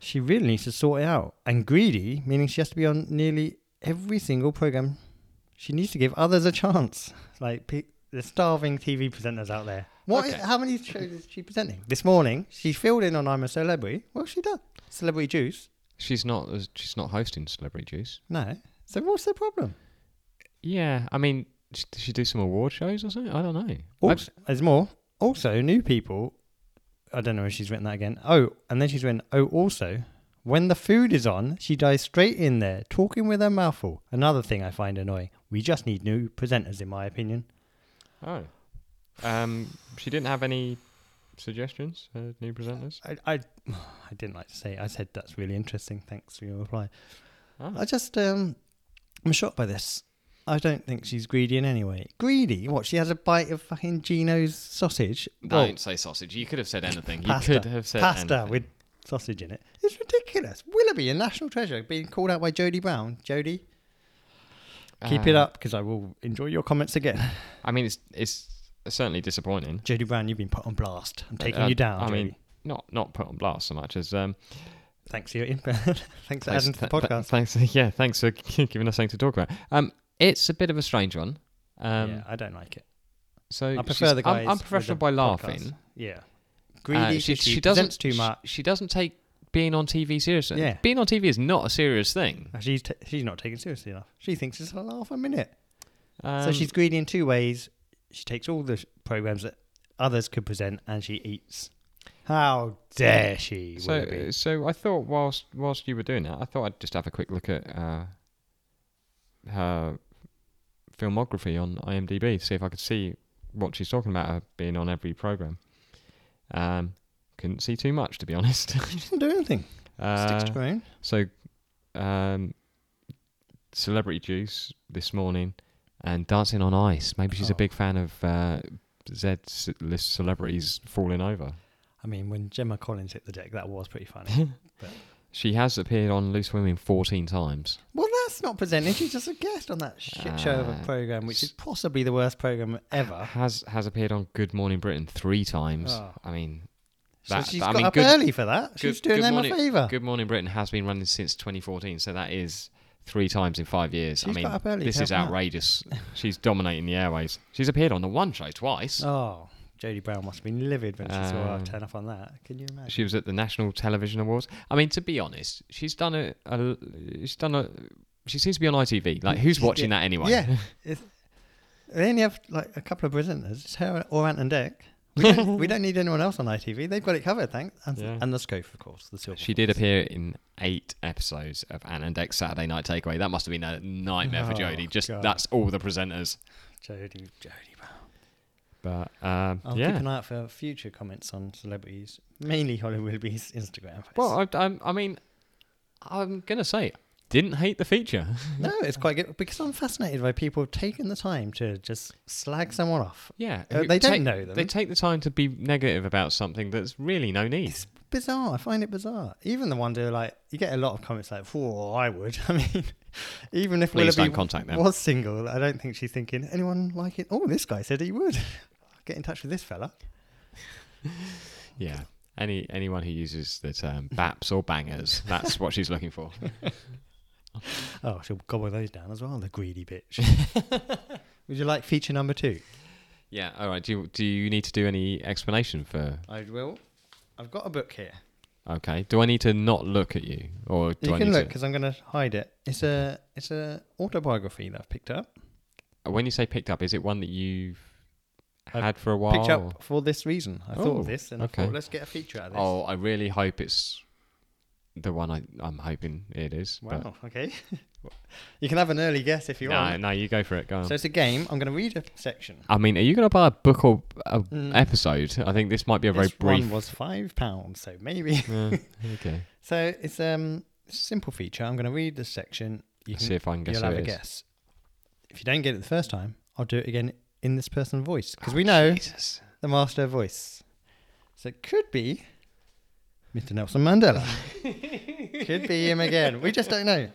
Speaker 1: She really needs to sort it out. And greedy, meaning she has to be on nearly every single program. She needs to give others a chance. Like pe- the starving TV presenters out there. What?
Speaker 2: Okay.
Speaker 1: How many shows is she presenting? This morning, she filled in on "I'm a Celebrity." Well, she done Celebrity Juice.
Speaker 2: She's not. She's not hosting Celebrity Juice.
Speaker 1: No. So what's the problem?
Speaker 2: Yeah, I mean, sh- does she do some award shows or something? I don't know.
Speaker 1: Also, there's more. Also, new people. I don't know if she's written that again. Oh, and then she's written, oh, also, when the food is on, she dives straight in there, talking with her mouthful. Another thing I find annoying. We just need new presenters, in my opinion.
Speaker 2: Oh. Um, she didn't have any suggestions, uh, new presenters?
Speaker 1: I, I, I didn't like to say. It. I said that's really interesting. Thanks for your reply.
Speaker 2: Oh.
Speaker 1: I just, um, I'm shocked by this. I don't think she's greedy in any way. Greedy? What? She has a bite of fucking Gino's sausage. Well,
Speaker 2: Don't say sausage. You could have said anything.
Speaker 1: pasta,
Speaker 2: You could have said
Speaker 1: pasta
Speaker 2: anything.
Speaker 1: with sausage in it. It's ridiculous. Willoughby, a national treasure, being called out by Jodie Brown. Jodie, keep it
Speaker 2: Uh,
Speaker 1: up because I will enjoy your comments again.
Speaker 2: I mean, it's it's certainly disappointing.
Speaker 1: Jodie Brown, you've been put on blast. I'm taking
Speaker 2: Uh,
Speaker 1: you down.
Speaker 2: I
Speaker 1: Jodie.
Speaker 2: mean, not not put on blast so much as um.
Speaker 1: thanks for your input. thanks for adding to the
Speaker 2: th- th-
Speaker 1: podcast.
Speaker 2: thanks, yeah, thanks for giving us something to talk about. Um, it's a bit of a strange one. Um,
Speaker 1: yeah, I don't like it.
Speaker 2: so
Speaker 1: I
Speaker 2: she's-
Speaker 1: prefer the guys.
Speaker 2: I'm, I'm
Speaker 1: with
Speaker 2: professional
Speaker 1: the
Speaker 2: by
Speaker 1: podcast.
Speaker 2: laughing.
Speaker 1: Yeah,
Speaker 2: Uh,
Speaker 1: greedy. she, she, doesn't too
Speaker 2: sh-
Speaker 1: much.
Speaker 2: She, doesn't take being on TV seriously.
Speaker 1: Yeah.
Speaker 2: Being on TV is not a serious thing.
Speaker 1: She's t- she's not taken seriously enough. She thinks it's a laugh a minute.
Speaker 2: Um,
Speaker 1: So she's greedy in two ways. She takes all the programs that others could present, and she eats. How dare she?
Speaker 2: so,
Speaker 1: Willoughby.
Speaker 2: so I thought whilst whilst you were doing that, I thought I'd just have a quick look at uh, her filmography on IMDb, see if I could see what she's talking about her being on every program. Um, couldn't see too much to be honest.
Speaker 1: she doesn't do anything. Sticks
Speaker 2: Uh,
Speaker 1: to her own.
Speaker 2: so, um, Celebrity Juice this morning and Dancing on Ice. Maybe she's
Speaker 1: Oh.
Speaker 2: a big fan of uh, Z list celebrities falling over.
Speaker 1: I mean, when Gemma Collins hit the deck, that was pretty funny.
Speaker 2: She has appeared on Loose Women 14 times.
Speaker 1: well, that's not presenting. She's just a guest on that shit show of a
Speaker 2: Uh,
Speaker 1: program, which is possibly the worst program ever.
Speaker 2: Has has appeared on Good Morning Britain three times.
Speaker 1: Oh.
Speaker 2: I mean,
Speaker 1: So
Speaker 2: that-
Speaker 1: she's
Speaker 2: I
Speaker 1: got
Speaker 2: mean,
Speaker 1: up
Speaker 2: good-
Speaker 1: early for that. She's
Speaker 2: good-
Speaker 1: doing
Speaker 2: good
Speaker 1: them
Speaker 2: morning-
Speaker 1: a favour.
Speaker 2: Good Morning Britain has been running since 2014, so that is three times in five years. I
Speaker 1: She's
Speaker 2: mean,
Speaker 1: got up early,
Speaker 2: this
Speaker 1: help
Speaker 2: is
Speaker 1: her out.
Speaker 2: outrageous. she's dominating the airways. She's appeared on the One Show twice.
Speaker 1: Oh, Jodie Brown must have been livid when she saw her
Speaker 2: Um,
Speaker 1: turn up on that. Can you imagine?
Speaker 2: She was at the National Television Awards. I mean, to be honest, she's done a, a she's done a. She seems to be on ITV. Like, who's
Speaker 1: She's
Speaker 2: watching
Speaker 1: the-
Speaker 2: that anyway?
Speaker 1: Yeah. It's, they only have like a couple of presenters. It's her or Ant and Deck. We don't, we don't need anyone else on ITV. They've got it covered, thanks. And,
Speaker 2: Yeah.
Speaker 1: and the Scope, of course, the silver.
Speaker 2: She did appear in eight episodes of Anne and Deck's Saturday Night Takeaway. That must have been a nightmare for
Speaker 1: Oh,
Speaker 2: Jodie. Just
Speaker 1: God.
Speaker 2: that's all the presenters.
Speaker 1: Jodie, Jodie Brown.
Speaker 2: But um,
Speaker 1: I'll
Speaker 2: yeah.
Speaker 1: keep an eye out for future comments on celebrities, mainly Holly Willoughby's Instagram. Face.
Speaker 2: well, I, I, I mean, I'm gonna say didn't hate the feature.
Speaker 1: no, it's quite good because I'm fascinated by people taking the time to just slag someone off.
Speaker 2: yeah,
Speaker 1: Uh,
Speaker 2: who
Speaker 1: they don't
Speaker 2: take-
Speaker 1: know them.
Speaker 2: They take the time to be negative about something that's really no need.
Speaker 1: It's bizarre. I find it bizarre. Even the ones who are like, you get a lot of comments like, "Whoa, I would." I mean, even if
Speaker 2: Please
Speaker 1: Willoughby
Speaker 2: don't contact them.
Speaker 1: was single, I don't think she's thinking anyone like it. Oh, this guy said he would. Get in touch with this fella.
Speaker 2: Yeah. Any anyone who uses the term baps or bangers, that's what she's looking for.
Speaker 1: Oh, she'll gobble those down as well. The greedy bitch. would you like feature number two?
Speaker 2: Yeah. All right. Do you, do you need to do any explanation for?
Speaker 1: I will. I've got a book here.
Speaker 2: Okay. Do I need to not look at you, or do
Speaker 1: you
Speaker 2: I
Speaker 1: can
Speaker 2: need
Speaker 1: look because I'm going to hide it. It's a it's a autobiography that I've picked up.
Speaker 2: to? When you say picked up, is it one that you've
Speaker 1: I've
Speaker 2: had for a while?
Speaker 1: Picked up for this reason. I thought
Speaker 2: Oh,
Speaker 1: of this and
Speaker 2: okay.
Speaker 1: I thought let's get a feature out of this.
Speaker 2: Oh, I really hope it's the one I, I'm hoping it is. but-
Speaker 1: Wow. Okay. you can have an early guess if you
Speaker 2: No,
Speaker 1: want.
Speaker 2: no, you go for it. Go on.
Speaker 1: So it's a game. I'm going to read a section.
Speaker 2: I mean, are you going to buy a book or a
Speaker 1: Mm.
Speaker 2: episode? I think this might be a very
Speaker 1: this
Speaker 2: brief.
Speaker 1: one was five pounds, so maybe.
Speaker 2: Yeah, okay.
Speaker 1: So it's um simple feature. I'm going to read this section, You
Speaker 2: see
Speaker 1: can,
Speaker 2: if I can guess
Speaker 1: you'll
Speaker 2: who
Speaker 1: have a
Speaker 2: it is. Ah,
Speaker 1: guess. If you don't get it the first time, I'll do it again in this person's voice because
Speaker 2: Oh,
Speaker 1: we know
Speaker 2: Jesus.
Speaker 1: the master voice. So it could be Mr. Nelson Mandela. could be him again. We just don't know.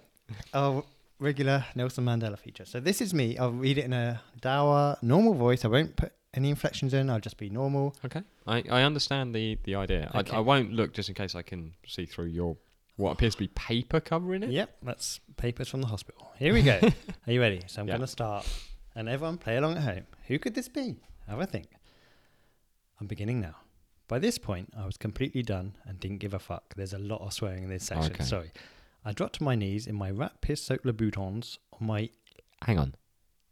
Speaker 1: Our regular Nelson Mandela feature. So this is me. I'll read it in a dour, normal voice. I won't put any inflections in. I'll just be normal.
Speaker 2: Okay. I, I understand the, the idea.
Speaker 1: Okay.
Speaker 2: I, I won't look just in case I can see through your what appears to be paper covering it.
Speaker 1: Yep, that's papers from the hospital. Here we go. Are you ready? So I'm
Speaker 2: Yeah.
Speaker 1: going to start. And everyone play along at home. Who could this be? Have a think. I'm beginning now. By this point, I was completely done and didn't give a fuck. There's a lot of swearing in this section.
Speaker 2: Okay.
Speaker 1: Sorry. I dropped to my knees in my rat piss soaked Louboutins on my
Speaker 2: Hang on.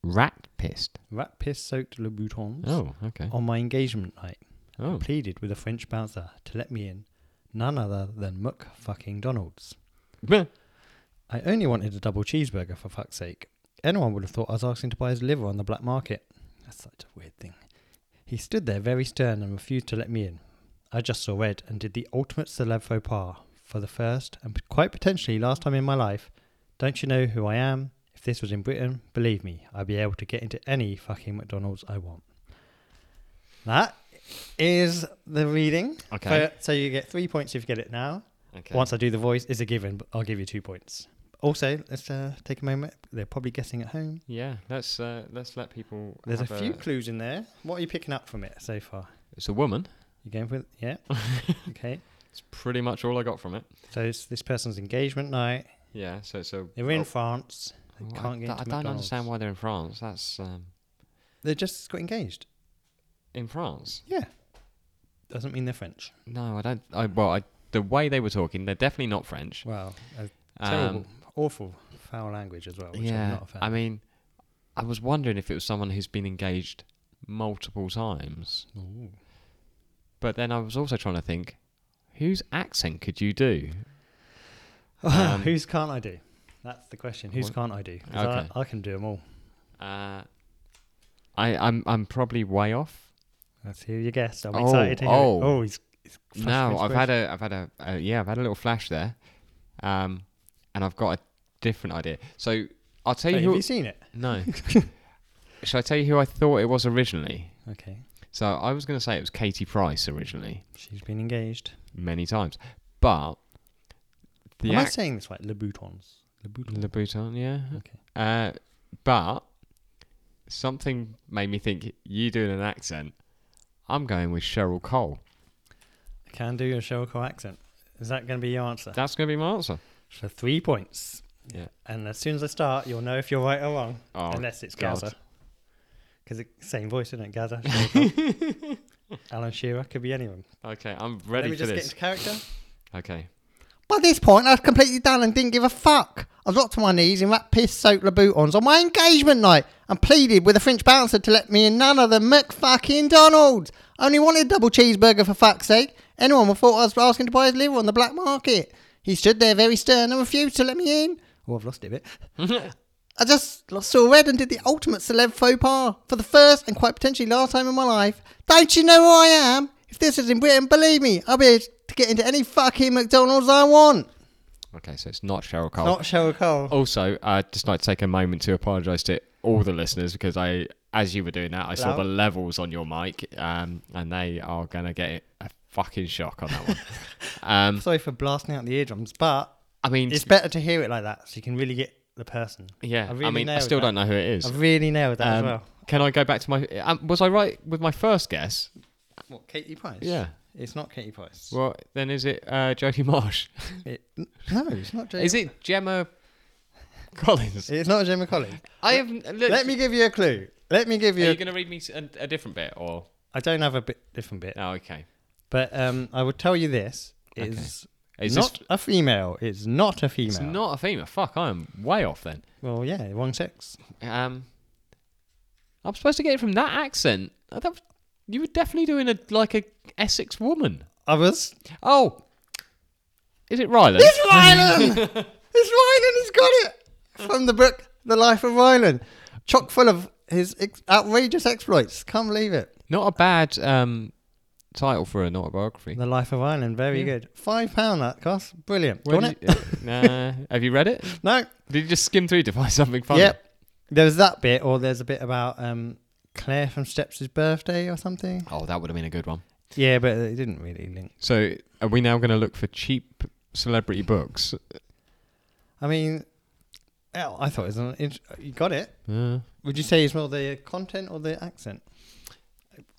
Speaker 2: Rat pissed.
Speaker 1: rat piss soaked Louboutins
Speaker 2: Oh, okay.
Speaker 1: on my engagement night.
Speaker 2: Oh.
Speaker 1: Pleaded with a French bouncer to let me in. None other than Muck fucking Donalds. I only wanted a double cheeseburger for fuck's sake. Anyone would have thought I was asking to buy his liver on the black market. That's such a weird thing. He stood there very stern and refused to let me in. I just saw red and did the ultimate celeb faux pas for the first and quite potentially last time in my life. Don't you know who I am? If this was in Britain, believe me, I'd be able to get into any fucking McDonald's I want. That is the reading.
Speaker 2: Okay.
Speaker 1: So you get three points if you get it now.
Speaker 2: okay.
Speaker 1: Once I do the voice, it's a given, but I'll give you two points. Also, let's uh, take a moment. They're probably guessing at home.
Speaker 2: Yeah, let's uh, let's let people.
Speaker 1: There's a
Speaker 2: have
Speaker 1: few clues in there. What are you picking up from it so far?
Speaker 2: It's a woman.
Speaker 1: You going for it? Yeah. okay.
Speaker 2: It's pretty much all I got from it.
Speaker 1: So it's this person's engagement night.
Speaker 2: Yeah, so so
Speaker 1: They're in
Speaker 2: oh,
Speaker 1: France. They
Speaker 2: well, I
Speaker 1: can't
Speaker 2: d-
Speaker 1: get into
Speaker 2: I don't understand why they're in France. That's um,
Speaker 1: They just got engaged.
Speaker 2: in France.
Speaker 1: Yeah. Doesn't mean they're French.
Speaker 2: No, I don't. I well, I, the way they were talking, they're definitely not French.
Speaker 1: Wow. A terrible,
Speaker 2: Um,
Speaker 1: awful, foul language as well. Which I'm
Speaker 2: yeah,
Speaker 1: not a fan.
Speaker 2: I mean, I was wondering if it was someone who's been engaged multiple times,
Speaker 1: Ooh.
Speaker 2: but then I was also trying to think, whose accent could you do? Um,
Speaker 1: whose can't I do? That's the question. Whose
Speaker 2: what-
Speaker 1: can't I do? 'Cause
Speaker 2: Okay.
Speaker 1: I, I can do them all.
Speaker 2: Uh, I I'm I'm probably way off.
Speaker 1: Let's hear your guess. I'm
Speaker 2: Oh,
Speaker 1: excited to hear. it.
Speaker 2: oh.
Speaker 1: oh he's, he's flashing
Speaker 2: No,
Speaker 1: his
Speaker 2: I've
Speaker 1: voice.
Speaker 2: had a, I've had a, uh, yeah, I've had a little flash there, um, and I've got a different idea. So I'll tell
Speaker 1: Wait,
Speaker 2: you
Speaker 1: have
Speaker 2: who.
Speaker 1: you seen it?
Speaker 2: no. Shall I tell you who I thought it was originally?
Speaker 1: Okay,
Speaker 2: So I was going to say it was Katie Price originally,
Speaker 1: she's been engaged.
Speaker 2: many times, but the
Speaker 1: Am I
Speaker 2: act-
Speaker 1: saying this right? Le Boutons. Le Boutons.
Speaker 2: Le Bouton, yeah.
Speaker 1: Okay.
Speaker 2: Uh, but something made me think you doing an accent. I'm going with Cheryl Cole.
Speaker 1: I can do a Sherlock accent. Is that going to be your answer?
Speaker 2: That's going to be my answer.
Speaker 1: For three points.
Speaker 2: Yeah.
Speaker 1: And as soon as I start, you'll know if you're right or wrong,
Speaker 2: Oh,
Speaker 1: unless it's
Speaker 2: God.
Speaker 1: Gaza. Because it's same voice, isn't it? Gaza. Sherlock. Alan Shearer could be anyone.
Speaker 2: okay. I'm ready
Speaker 1: Let me
Speaker 2: for
Speaker 1: just
Speaker 2: this.
Speaker 1: get into character.
Speaker 2: Okay.
Speaker 1: By this point, I was completely done and didn't give a fuck. I dropped to my knees in that piss-soaked Louboutins on my engagement night and pleaded with a French bouncer to let me in none other than McFucking Donald's. I only wanted a double cheeseburger for fuck's sake. Anyone would thought I was asking to buy his liver on the black market. He stood there very stern and refused to let me in. Oh, I've lost it a bit. I just saw red and did the ultimate celeb faux pas for the first and quite potentially last time in my life. Don't you know who I am? If this is in Britain, believe me, I'll be able to get into any fucking McDonald's I want.
Speaker 2: Okay, so it's not Cheryl Cole.
Speaker 1: Not Cheryl Cole.
Speaker 2: also, I'd just like to take a moment to apologise to all the listeners because I, as you were doing that, I saw
Speaker 1: Loud.
Speaker 2: the levels on your mic, um, and they are gonna get a fucking shock on that one. um,
Speaker 1: Sorry for blasting out the eardrums, but
Speaker 2: I mean,
Speaker 1: it's better to hear it like that so you can really get the person.
Speaker 2: yeah.
Speaker 1: I
Speaker 2: I,
Speaker 1: really
Speaker 2: mean, I
Speaker 1: nailed
Speaker 2: still
Speaker 1: that.
Speaker 2: don't know who it is.
Speaker 1: I really nailed that as
Speaker 2: Um,
Speaker 1: well.
Speaker 2: Can I go back to my? Um, was I right with my first guess?
Speaker 1: What, Katie Price?
Speaker 2: Yeah.
Speaker 1: It's not Katie Price.
Speaker 2: Well, then is it uh, Jodie Marsh?
Speaker 1: It, no, it's not Gemma.
Speaker 2: is it Gemma Collins?
Speaker 1: It's not Gemma Collins.
Speaker 2: I have. Look,
Speaker 1: Let me give you a clue. Let me give
Speaker 2: Are
Speaker 1: you.
Speaker 2: you
Speaker 1: a-
Speaker 2: going to read me s- a, a different bit or?
Speaker 1: I don't have a bit different bit,
Speaker 2: Oh, okay.
Speaker 1: but um, I will tell you this
Speaker 2: Okay.
Speaker 1: is
Speaker 2: Is
Speaker 1: not
Speaker 2: this,
Speaker 1: a female. It's not a female.
Speaker 2: it's not a female. Fuck, I am way off then.
Speaker 1: Well, yeah, wrong sex.
Speaker 2: Um, I'm supposed to get it from that accent. I thought you were definitely doing a like a Essex woman.
Speaker 1: Others.
Speaker 2: Oh, is it Ryland?
Speaker 1: It's Ryland! it's Ryland has got it from the book The Life of Ryland, chock full of his ex- outrageous exploits. Can't believe it.
Speaker 2: Not a bad um, title for an autobiography.
Speaker 1: The Life of Ireland, very
Speaker 2: Yeah.
Speaker 1: good. Five pound that cost, brilliant.
Speaker 2: Where
Speaker 1: Got
Speaker 2: did
Speaker 1: it?
Speaker 2: you- nah. Have you read it?
Speaker 1: No,
Speaker 2: Did you just skim through to find something funny?
Speaker 1: Yep. there's that bit, or there's a bit about um, Claire from Steps' birthday or something.
Speaker 2: Oh, that would have been a good one.
Speaker 1: Yeah, but it didn't really link.
Speaker 2: So, are we now going to look for cheap celebrity books?
Speaker 1: I mean, hell, I thought it was an. int- you got it.
Speaker 2: Uh,
Speaker 1: Would you say it's more the content or the accent?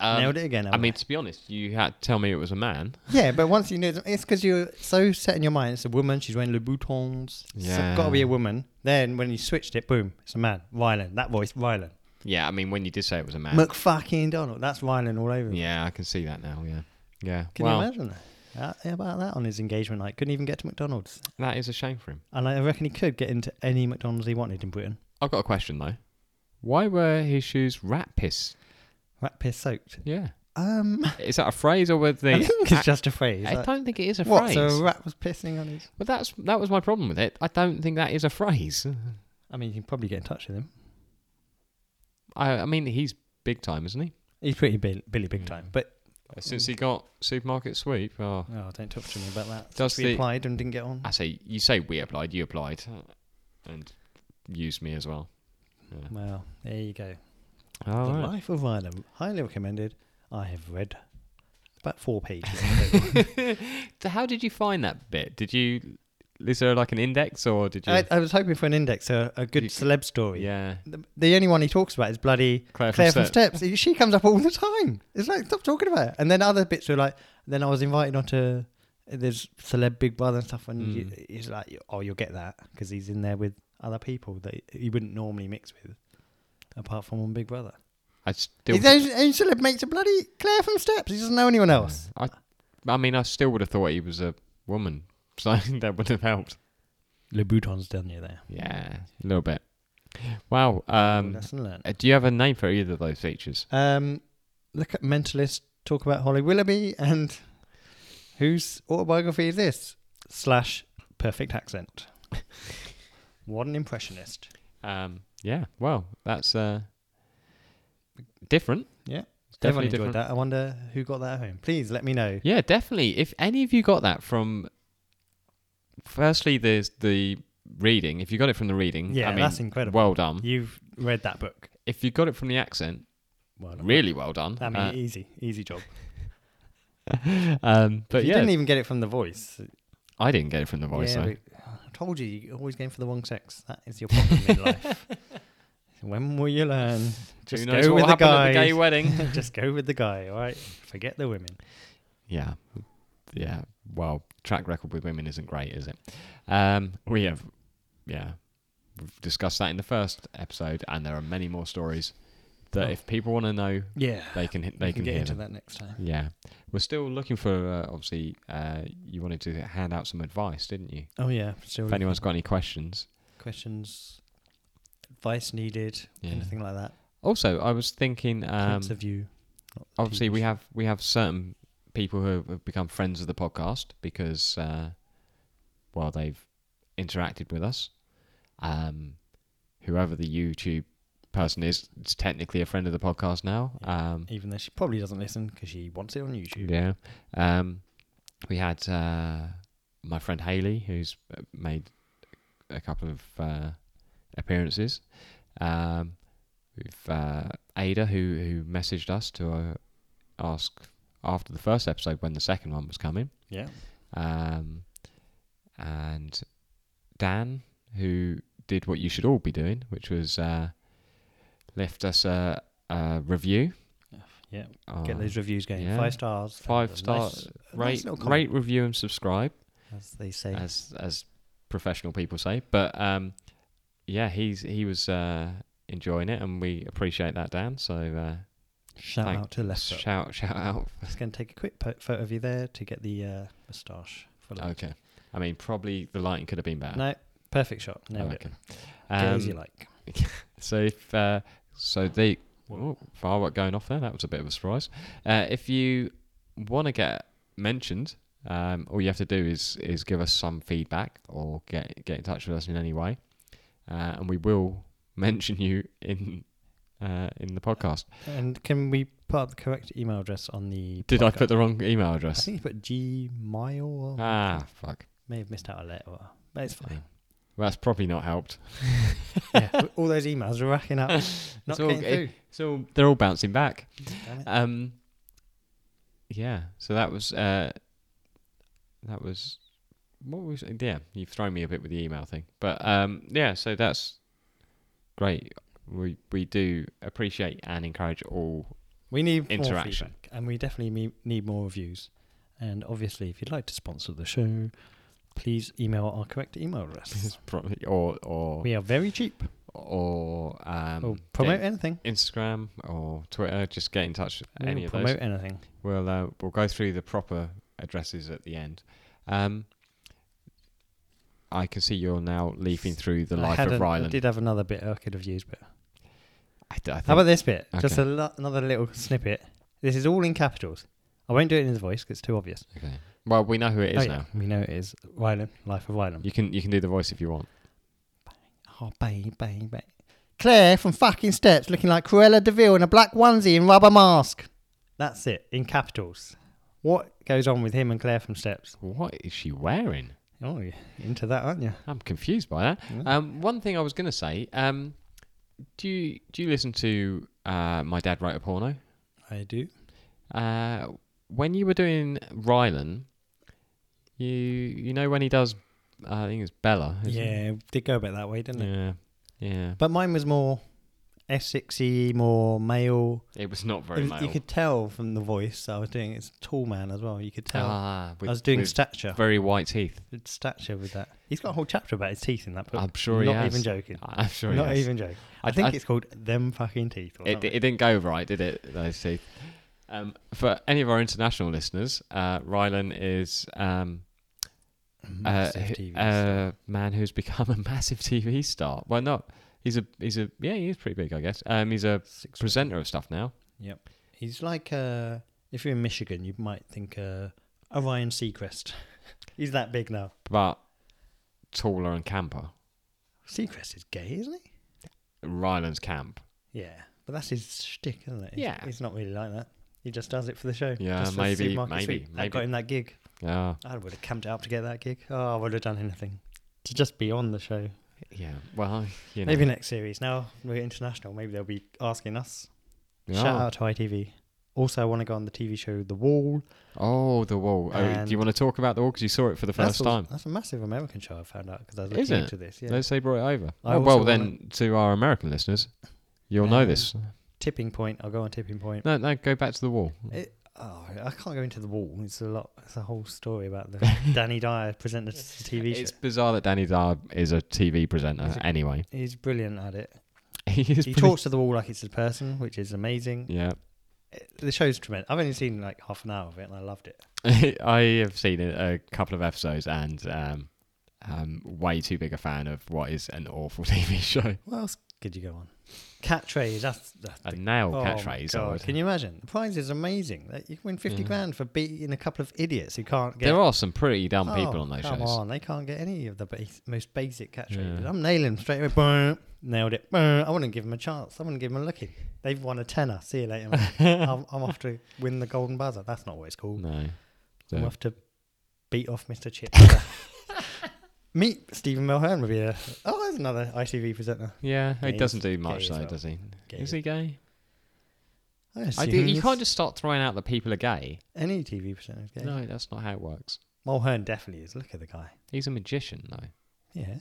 Speaker 2: um,
Speaker 1: Nailed it again.
Speaker 2: I
Speaker 1: haven't
Speaker 2: mean, to be honest, you had to tell me it was a man.
Speaker 1: yeah, but once you knew, it's- it's because you're so set in your mind. It's a woman. She's wearing Le Boutons.
Speaker 2: Yeah.
Speaker 1: it's got to be a woman. Then when you switched it, boom, it's a man. Rylan, that voice, Rylan.
Speaker 2: Yeah, I mean, when you did say it was a man.
Speaker 1: McFucking Donald. That's Rylan all over.
Speaker 2: Yeah, I can see that now. Yeah, yeah.
Speaker 1: Can
Speaker 2: well,
Speaker 1: you imagine that? Uh, how about that on his engagement night? Couldn't even get to McDonald's.
Speaker 2: that is a shame for him.
Speaker 1: And I reckon he could get into any McDonald's he wanted in Britain.
Speaker 2: I've got a question though. Why were his shoes rat piss?
Speaker 1: Rat piss soaked.
Speaker 2: Yeah,
Speaker 1: Um,
Speaker 2: is that a phrase or were
Speaker 1: I
Speaker 2: they?
Speaker 1: think it's just a phrase.
Speaker 2: I
Speaker 1: like,
Speaker 2: don't think it is a
Speaker 1: what?
Speaker 2: phrase.
Speaker 1: So a rat was pissing on his.
Speaker 2: But that's that was my problem with it. I don't think that is a phrase.
Speaker 1: I mean, you can probably get in touch with him.
Speaker 2: I, I mean, he's big time, isn't he?
Speaker 1: He's pretty Bill- Billy
Speaker 2: Hmm.
Speaker 1: big time. But
Speaker 2: Since he got supermarket sweep, oh.
Speaker 1: oh, don't talk to me about that.
Speaker 2: Does
Speaker 1: we
Speaker 2: the-
Speaker 1: applied and didn't get on.
Speaker 2: I say you say we applied, you applied, and used me as well. Yeah.
Speaker 1: Well, there you go.
Speaker 2: All
Speaker 1: the
Speaker 2: right.
Speaker 1: Life of Ireland, highly recommended. I have read about four pages. I,
Speaker 2: So how did you find that bit? Did you is there like an index or did you?
Speaker 1: I, was hoping for an index, a, a good
Speaker 2: You-
Speaker 1: celeb story.
Speaker 2: yeah,
Speaker 1: The, the only one he talks about is bloody
Speaker 2: Claire,
Speaker 1: Claire
Speaker 2: from
Speaker 1: from
Speaker 2: Ste-
Speaker 1: Steps. She comes up all the time. It's like stop talking about it. And then other bits were like, then I was invited onto there's celeb Big Brother and stuff, and you,
Speaker 2: Mm.
Speaker 1: he's like, oh, you'll get that because he's in there with other people that you wouldn't normally mix with, apart from on Big Brother.
Speaker 2: I still.
Speaker 1: His own, own celeb mates a bloody Claire from Steps. He doesn't know anyone else.
Speaker 2: I, I mean, I still would have thought he was a woman, so that would have helped.
Speaker 1: Le Bouton's done you there.
Speaker 2: Yeah, a little bit. Wow.
Speaker 1: Um,
Speaker 2: Um,
Speaker 1: lesson learned.
Speaker 2: uh, do you have a name for either of those features?
Speaker 1: Um, look at Mentalist. Talk about Holly Willoughby and whose autobiography is this? Slash perfect accent. what an impressionist.
Speaker 2: Um, yeah. Well, that's uh, different.
Speaker 1: Yeah,
Speaker 2: It's
Speaker 1: Everyone
Speaker 2: definitely
Speaker 1: enjoyed
Speaker 2: different.
Speaker 1: that. I wonder who got that at home. Please let me know.
Speaker 2: Yeah, definitely. If any of you got that from, firstly, there's the reading. If you got it from the reading,
Speaker 1: Yeah,
Speaker 2: I mean,
Speaker 1: that's incredible.
Speaker 2: Well done.
Speaker 1: You've read that book.
Speaker 2: If you got it from the accent,
Speaker 1: Well, done.
Speaker 2: really well done.
Speaker 1: I mean,
Speaker 2: Uh,
Speaker 1: easy, easy job.
Speaker 2: um, but
Speaker 1: you
Speaker 2: yeah,
Speaker 1: didn't even get it from the voice.
Speaker 2: I didn't get it from the voice.
Speaker 1: Yeah,
Speaker 2: though.
Speaker 1: but I told you, you're always going for the wrong sex. That is your problem in life. When will you learn? Just
Speaker 2: Who knows
Speaker 1: go
Speaker 2: what
Speaker 1: with the
Speaker 2: happened at
Speaker 1: guy.
Speaker 2: the gay wedding?
Speaker 1: Just go with the guy, all right? Forget the women.
Speaker 2: yeah, yeah. Well, track record with women isn't great, is it? Um, we have, yeah, we've discussed that in the first episode, and there are many more stories that
Speaker 1: Oh.
Speaker 2: if people want to know,
Speaker 1: Yeah.
Speaker 2: they can hit-
Speaker 1: we
Speaker 2: they can,
Speaker 1: get
Speaker 2: hear
Speaker 1: into
Speaker 2: them.
Speaker 1: that next time.
Speaker 2: Yeah, we're still looking for. Uh, obviously, uh, you wanted to hand out some advice, didn't you?
Speaker 1: Oh yeah. So
Speaker 2: If anyone's got any questions.
Speaker 1: questions, advice needed,
Speaker 2: Yeah.
Speaker 1: anything like that,
Speaker 2: Also, I was thinking. Um,
Speaker 1: points of view. not the
Speaker 2: obviously we
Speaker 1: views.
Speaker 2: have we have certain people who have become friends of the podcast because uh, well they've interacted with us um, whoever the youtube person is is technically a friend of the podcast now um,
Speaker 1: even though she probably doesn't listen because she wants it on YouTube.
Speaker 2: yeah um, we had uh, my friend haley who's uh, made a couple of uh, appearances um, we've uh, ada who who messaged us to uh, ask after the first episode when the second one was coming.
Speaker 1: Yeah.
Speaker 2: Um, and Dan, who did what you should all be doing, which was uh, left us a, a review.
Speaker 1: Yeah.
Speaker 2: Uh,
Speaker 1: Get those reviews going.
Speaker 2: yeah.
Speaker 1: Five stars.
Speaker 2: Five
Speaker 1: and a
Speaker 2: star-
Speaker 1: nice- a nice
Speaker 2: rate,
Speaker 1: little comment,
Speaker 2: rate, review, and subscribe,
Speaker 1: as they say.
Speaker 2: as as professional people say. But um, yeah, he's he was uh, enjoying it, and we appreciate that, Dan. So uh,
Speaker 1: Shout
Speaker 2: thank-
Speaker 1: out to Lester.
Speaker 2: shout shout out.
Speaker 1: Just going to take a quick po- photo of you there to get the uh, moustache. full of-
Speaker 2: Okay, I mean probably the lighting could have been better.
Speaker 1: No, perfect shot. Nailed
Speaker 2: okay.
Speaker 1: it. Get
Speaker 2: Um,
Speaker 1: as you like.
Speaker 2: So if uh, so, the oh, firework going off there. That was a bit of a surprise. Uh, if you want to get mentioned, um, all you have to do is is give us some feedback or get get in touch with us in any way, uh, and we will mention you in uh, in the podcast.
Speaker 1: And can we put up the correct email address on the?
Speaker 2: Did I
Speaker 1: podcast?
Speaker 2: put the wrong email
Speaker 1: I
Speaker 2: address?
Speaker 1: think you put Gmail. Or
Speaker 2: Ah, fuck.
Speaker 1: may have missed out a letter. But it's fine.
Speaker 2: Well, that's probably not helped.
Speaker 1: yeah, all those emails are racking up. Not
Speaker 2: all
Speaker 1: getting
Speaker 2: good.
Speaker 1: through.
Speaker 2: So they're all bouncing back.
Speaker 1: Damn it.
Speaker 2: Um, yeah. So that was uh, that was what was yeah. You've thrown me a bit with the email thing, but um, yeah. So that's great. We we do appreciate and encourage all.
Speaker 1: We need
Speaker 2: Interaction.
Speaker 1: more feedback, and we definitely me- need more reviews. And obviously, if you'd like to sponsor the show, please email our correct email address.
Speaker 2: Probably or or
Speaker 1: we are very cheap.
Speaker 2: or um,
Speaker 1: We'll
Speaker 2: get
Speaker 1: promote anything.
Speaker 2: Instagram or Twitter. Just get in touch. with
Speaker 1: We'll
Speaker 2: any of those.
Speaker 1: promote anything.
Speaker 2: We'll uh, we'll go through the proper addresses at the end. Um, I can see you're now leafing through the
Speaker 1: I
Speaker 2: life
Speaker 1: had
Speaker 2: of
Speaker 1: an- I
Speaker 2: Ryland.
Speaker 1: did have another bit I could have used, but
Speaker 2: I d- I
Speaker 1: how about
Speaker 2: think-
Speaker 1: this bit? Just
Speaker 2: Okay.
Speaker 1: a lo- another little snippet. This is all in capitals. I won't do it in his voice 'cause it's too obvious.
Speaker 2: Okay. Well, we know who it is
Speaker 1: Oh, yeah,
Speaker 2: now.
Speaker 1: We know it is Ryland, Life of Ryland.
Speaker 2: You can you can do the voice if you want.
Speaker 1: Oh, bang, bang, bang. Claire from fucking Steps looking like Cruella DeVille in a black onesie and rubber mask. That's it, in capitals. What goes on with him and Claire from Steps?
Speaker 2: What is she wearing?
Speaker 1: Oh, you're into that, aren't you?
Speaker 2: I'm confused by that.
Speaker 1: Yeah.
Speaker 2: Um, one thing I was going to say. Um, do you do you listen to uh, my dad wrote a porno?
Speaker 1: I do.
Speaker 2: Uh, when you were doing Rylan, you you know when he does, I think it's Bella. isn't it?
Speaker 1: Yeah, did go a bit that way, didn't it?
Speaker 2: Yeah, yeah.
Speaker 1: But mine was more Essexy, more male.
Speaker 2: It was not
Speaker 1: It
Speaker 2: very
Speaker 1: was-
Speaker 2: male.
Speaker 1: You could tell from the voice I was doing. It's tall man as well. You could tell.
Speaker 2: ah, with,
Speaker 1: I was doing
Speaker 2: with
Speaker 1: stature.
Speaker 2: very white teeth.
Speaker 1: Did stature with that. He's got a whole chapter about his teeth in that book.
Speaker 2: I'm sure he
Speaker 1: Not
Speaker 2: has.
Speaker 1: even joking.
Speaker 2: I'm sure.
Speaker 1: Not
Speaker 2: yes.
Speaker 1: even joking. I,
Speaker 2: I-
Speaker 1: think
Speaker 2: I-
Speaker 1: it's called them fucking teeth. Or
Speaker 2: It,
Speaker 1: something.
Speaker 2: it didn't go right, did it? Those teeth. Um, for any of our international listeners, uh, Rylan is um, a,
Speaker 1: Massive TV
Speaker 2: a man who's become a massive TV star. Well, not he's a he's a yeah he is pretty big, I guess. Um, he's a
Speaker 1: Six
Speaker 2: presenter of stuff now.
Speaker 1: Yep. He's like uh if you're in Michigan, you might think uh Orion Seacrest. He's that big now.
Speaker 2: but taller and camper.
Speaker 1: Seacrest is gay, isn't
Speaker 2: Ryland's camp.
Speaker 1: he? Yeah. But that's his shtick, isn't it? He's-
Speaker 2: Yeah.
Speaker 1: He's not really like that. He just does it for the show.
Speaker 2: Yeah,
Speaker 1: just for the
Speaker 2: maybe-
Speaker 1: supermarket
Speaker 2: maybe-
Speaker 1: sweep. That
Speaker 2: maybe.
Speaker 1: got him that gig.
Speaker 2: Yeah,
Speaker 1: I would have camped out to get that gig. Oh, I would have done anything. To just be on the show.
Speaker 2: yeah. Well, you know.
Speaker 1: Maybe next series. Now we're international. Maybe they'll be asking us.
Speaker 2: Yeah.
Speaker 1: Shout out to ITV. Also, I want to go on the TV show The Wall.
Speaker 2: Oh, the wall. Oh, do
Speaker 1: And-
Speaker 2: you want to talk about the wall because you saw it for the
Speaker 1: That's
Speaker 2: first
Speaker 1: a-
Speaker 2: time?
Speaker 1: That's a massive American show I found out because I was
Speaker 2: Is
Speaker 1: looking
Speaker 2: it?
Speaker 1: into this. Yeah.
Speaker 2: Let's say brought it over.
Speaker 1: I also
Speaker 2: Oh, well,
Speaker 1: wanna-
Speaker 2: then to our American listeners, you'll know
Speaker 1: Um,
Speaker 2: this.
Speaker 1: Tipping Point. I'll go on Tipping Point.
Speaker 2: No, no, go back to the wall.
Speaker 1: It, oh, I can't go into the wall. It's a lot. It's a whole story about the Danny Dyer presented the TV show.
Speaker 2: It's bizarre that Danny Dar is a TV presenter.
Speaker 1: Is it-
Speaker 2: Anyway,
Speaker 1: He's brilliant at it.
Speaker 2: he is.
Speaker 1: He
Speaker 2: pretty-
Speaker 1: talks to the wall like it's a person, which is amazing.
Speaker 2: Yeah,
Speaker 1: It- the show's tremendous. I've only seen like half an hour of it, and I loved it.
Speaker 2: I have seen a, a couple of episodes and um, um, way too big a fan of what is an awful TV show.
Speaker 1: What else could you go on? Cat trays. That's, that's
Speaker 2: A
Speaker 1: the
Speaker 2: nail
Speaker 1: Oh my
Speaker 2: catchphrase. I
Speaker 1: God,
Speaker 2: would-
Speaker 1: Can you imagine? The prize is amazing. That- You can win 50
Speaker 2: Yeah.
Speaker 1: grand for beating a couple of idiots who can't get.
Speaker 2: There are some pretty dumb
Speaker 1: Oh,
Speaker 2: people on those
Speaker 1: come
Speaker 2: shows.
Speaker 1: on, they can't get any of the bas- most basic catchphrases.
Speaker 2: Yeah.
Speaker 1: I'm nailing them straight away. Boom. Nailed it. Boom. I wouldn't give them a chance. I wouldn't give them a looking. They've won a tenner. See you later. mate. I'm, I'm off to win the golden buzzer. That's not what it's called.
Speaker 2: No.
Speaker 1: I'm
Speaker 2: So,
Speaker 1: off to beat off Mr. Chip. Meet Stephen Mulhern would be a. Oh, there's another ITV presenter.
Speaker 2: yeah, he
Speaker 1: Gay
Speaker 2: doesn't
Speaker 1: as-
Speaker 2: do
Speaker 1: gay
Speaker 2: much
Speaker 1: as
Speaker 2: though,
Speaker 1: well.
Speaker 2: does he?
Speaker 1: Gay
Speaker 2: Is
Speaker 1: as-
Speaker 2: he gay?
Speaker 1: I
Speaker 2: I do, you
Speaker 1: assume
Speaker 2: can't just start throwing out that people are gay.
Speaker 1: Any TV presenter is gay.
Speaker 2: No, that's not how it works.
Speaker 1: Mulhern definitely is. Look at the guy.
Speaker 2: He's a magician, though.
Speaker 1: Yeah.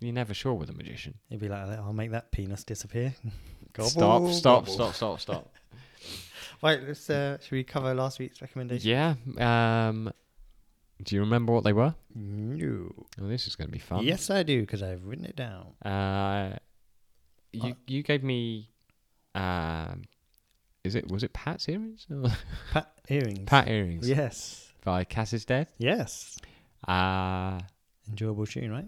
Speaker 2: You're never sure with a magician.
Speaker 1: He'd be like, I'll make that penis disappear. Gobble,
Speaker 2: stop, stop,
Speaker 1: gobble.
Speaker 2: stop, stop, stop,
Speaker 1: Right, let's, uh, should we cover last week's recommendation?
Speaker 2: yeah. Um, do you remember what they were?
Speaker 1: No.
Speaker 2: Oh, this is going to be fun.
Speaker 1: Yes, I do, because I've written it down.
Speaker 2: Uh, you
Speaker 1: Uh,
Speaker 2: you gave me. Um, is it was it Pat's earrings? Or-
Speaker 1: Pat earrings.
Speaker 2: Pat earrings
Speaker 1: Yes.
Speaker 2: by Cass's Dead.
Speaker 1: Yes.
Speaker 2: Uh
Speaker 1: Enjoyable tune, right?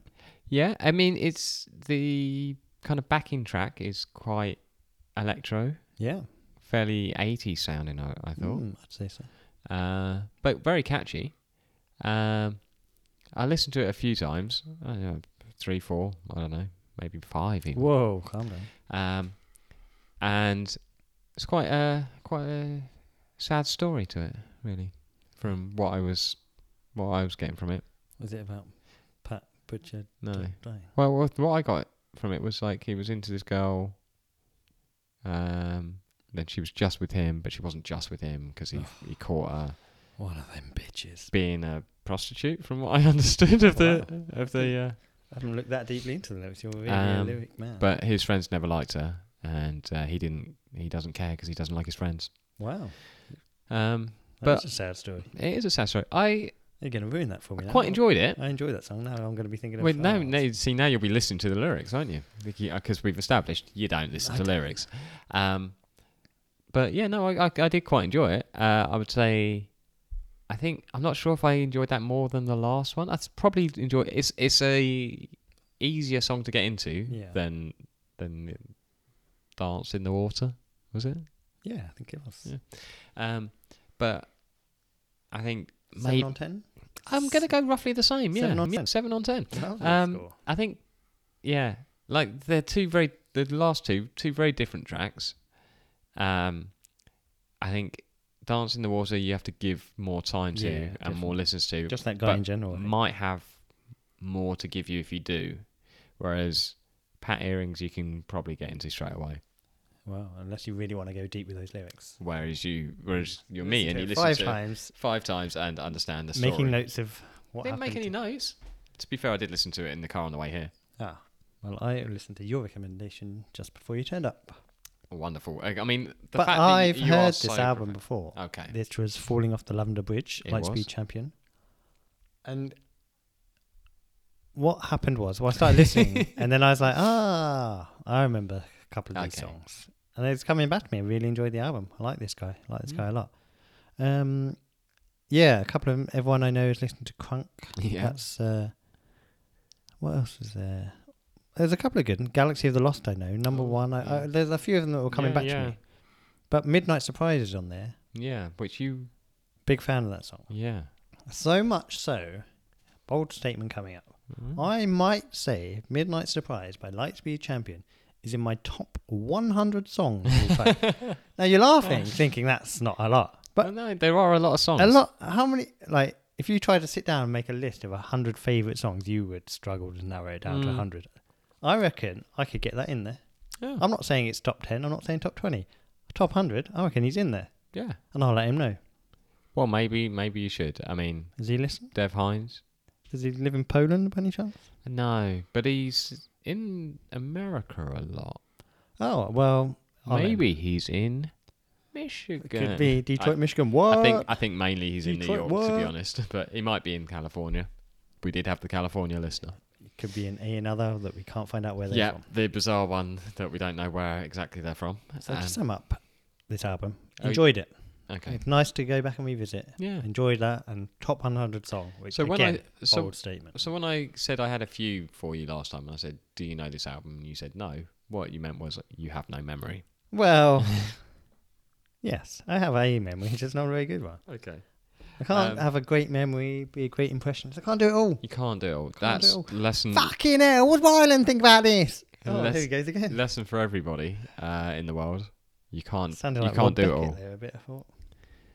Speaker 2: Yeah, I mean it's the kind of backing track is quite electro,
Speaker 1: Yeah.
Speaker 2: fairly 80s sounding. I, I thought,
Speaker 1: Mm, I'd say so.
Speaker 2: uh, but very catchy. Um, I listened to it a few times, I don't know, three, four, I don't know, maybe five even.
Speaker 1: Whoa, calm down.
Speaker 2: Um, and it's quite a quite a sad story to it, really, from what I was what I was getting from it.
Speaker 1: Was it about Pat Butcher
Speaker 2: No,
Speaker 1: dying?
Speaker 2: well, what, what I got from it was like he was into this girl, um, then she was just with him, but she wasn't just with him because he he caught her
Speaker 1: One of them bitches.
Speaker 2: being a prostitute, from what I understood of the of the. Uh,
Speaker 1: I haven't looked that deeply into the lyrics. You're really a
Speaker 2: Um,
Speaker 1: lyric man.
Speaker 2: But his friends never liked her, and uh, he didn't. He doesn't care because he doesn't like his friends.
Speaker 1: wow,
Speaker 2: Um,
Speaker 1: that's
Speaker 2: but-
Speaker 1: a sad story.
Speaker 2: it is a sad story. I
Speaker 1: You're going to ruin that for me. now.
Speaker 2: quite enjoyed it.
Speaker 1: I enjoy that song. Now I'm going to be thinking of.
Speaker 2: Well, now,
Speaker 1: oh,
Speaker 2: now, see, now you'll be listening to the lyrics, aren't you? Because we've established you don't listen
Speaker 1: I
Speaker 2: to
Speaker 1: don't.
Speaker 2: lyrics. Um, but yeah, no, I, I, I did quite enjoy it. Uh, I would say, I think I'm not sure if I enjoyed that more than the last one. I probably enjoy. It's it's a easier song to get into
Speaker 1: Yeah.
Speaker 2: than than Dance in the Water. Was it?
Speaker 1: Yeah, I think it was.
Speaker 2: Yeah. Um, but I think
Speaker 1: Seven
Speaker 2: maybe
Speaker 1: on ten.
Speaker 2: I'm going to go roughly the same. Yeah,
Speaker 1: Seven on
Speaker 2: Yeah,
Speaker 1: 10.
Speaker 2: seven on ten.
Speaker 1: Lovely
Speaker 2: Um,
Speaker 1: score.
Speaker 2: I think, yeah, like they're two very the last two two very different tracks. Um, I think "Dance in the Water" you have to give more time to
Speaker 1: Yeah,
Speaker 2: and more listens to.
Speaker 1: Just that guy
Speaker 2: but
Speaker 1: in general. I think.
Speaker 2: might have more to give you if you do, whereas Pat Earrings you can probably get into straight away.
Speaker 1: well, unless you really want to go deep with those lyrics.
Speaker 2: Whereas you, whereas you're me
Speaker 1: Listen
Speaker 2: and
Speaker 1: to
Speaker 2: you
Speaker 1: it
Speaker 2: listen
Speaker 1: five
Speaker 2: to
Speaker 1: times,
Speaker 2: five times and understand the story.
Speaker 1: making notes of what
Speaker 2: Didn't make
Speaker 1: happened
Speaker 2: any notes. To be fair, I did listen to it in the car on the way here.
Speaker 1: Ah, well, I listened to your recommendation just before you turned up.
Speaker 2: Wonderful. I I mean, the
Speaker 1: but
Speaker 2: fact
Speaker 1: I've
Speaker 2: that you, you are
Speaker 1: heard
Speaker 2: so
Speaker 1: this album
Speaker 2: profe-
Speaker 1: before.
Speaker 2: Okay.
Speaker 1: This was Falling Off the Lavender Bridge,
Speaker 2: It
Speaker 1: Lightspeed
Speaker 2: was.
Speaker 1: Champion. And what happened was, well, I started listening, and then I was like, ah, I remember a couple of these
Speaker 2: Okay.
Speaker 1: songs. And it's coming back to me. I really enjoyed the album. I like this guy. I like this
Speaker 2: Mm.
Speaker 1: guy a lot. Um, yeah, a couple of 'em- everyone I know is listening to Crunk.
Speaker 2: Yeah.
Speaker 1: That's uh, what else was there? There's a couple of good. ones. Galaxy of the Lost, I know. Number
Speaker 2: Oh,
Speaker 1: one. I,
Speaker 2: yeah.
Speaker 1: I, there's a few of them that were coming
Speaker 2: Yeah,
Speaker 1: back
Speaker 2: yeah.
Speaker 1: to me. But Midnight Surprise is on there.
Speaker 2: Yeah, which you,
Speaker 1: Big fan of that song.
Speaker 2: yeah.
Speaker 1: So much so, bold statement coming up.
Speaker 2: Mm.
Speaker 1: I might say Midnight Surprise by Lightspeed Champion is in my top 100 songs of all time. now you're laughing, thinking that's not a lot.
Speaker 2: But
Speaker 1: But
Speaker 2: no, there are a lot of songs.
Speaker 1: a lot, how many, like, if you try to sit down and make a list of 100 favourite songs, you would struggle to narrow it down to
Speaker 2: Mm.
Speaker 1: 100. I reckon I could get that in there.
Speaker 2: Yeah.
Speaker 1: I'm not saying it's top 10, I'm not saying top 20. Top 100, I reckon he's in there.
Speaker 2: yeah.
Speaker 1: And I'll let him know.
Speaker 2: Well, maybe maybe you should. I mean,
Speaker 1: Does he listen?
Speaker 2: Dev Hines.
Speaker 1: Does he live in Poland by any chance?
Speaker 2: No, but he's in America a lot.
Speaker 1: Oh well, I'll let him-
Speaker 2: Maybe he's in Michigan.
Speaker 1: could be Detroit,
Speaker 2: I,
Speaker 1: Michigan. What?
Speaker 2: I think I think mainly he's in New
Speaker 1: Detroit,
Speaker 2: York to be
Speaker 1: what?
Speaker 2: honest, but he might be in California. We did have the California listener.
Speaker 1: could be in a another that we can't find out where they're
Speaker 2: Yeah,
Speaker 1: from.
Speaker 2: the bizarre one that we don't know where exactly they're from.
Speaker 1: So
Speaker 2: Um,
Speaker 1: to sum up this album,
Speaker 2: Oh,
Speaker 1: enjoyed it.
Speaker 2: okay.
Speaker 1: It's nice to go back and revisit.
Speaker 2: Yeah.
Speaker 1: Enjoyed that and top 100 song, which
Speaker 2: So when
Speaker 1: again,
Speaker 2: I so
Speaker 1: bold statement.
Speaker 2: So when I said I had a few for you last time, and I said, "Do you know this album?" and you said no, what you meant was you have no memory.
Speaker 1: Well, yes, I have a memory, it's just not a very good one.
Speaker 2: Okay.
Speaker 1: I can't
Speaker 2: Um,
Speaker 1: have a great memory, be a great impression. I can't do it all.
Speaker 2: You can't do it. All.
Speaker 1: Can't do
Speaker 2: That's
Speaker 1: it all.
Speaker 2: lesson
Speaker 1: Fucking hell! What does Ireland think about this? Oh,
Speaker 2: Hmm. Unless-
Speaker 1: here he goes again.
Speaker 2: lesson for everybody uh, in the world. You can't.
Speaker 1: Sounded
Speaker 2: you
Speaker 1: like
Speaker 2: can't
Speaker 1: Rob
Speaker 2: do it
Speaker 1: Beckett
Speaker 2: all.
Speaker 1: There, a bit, I thought.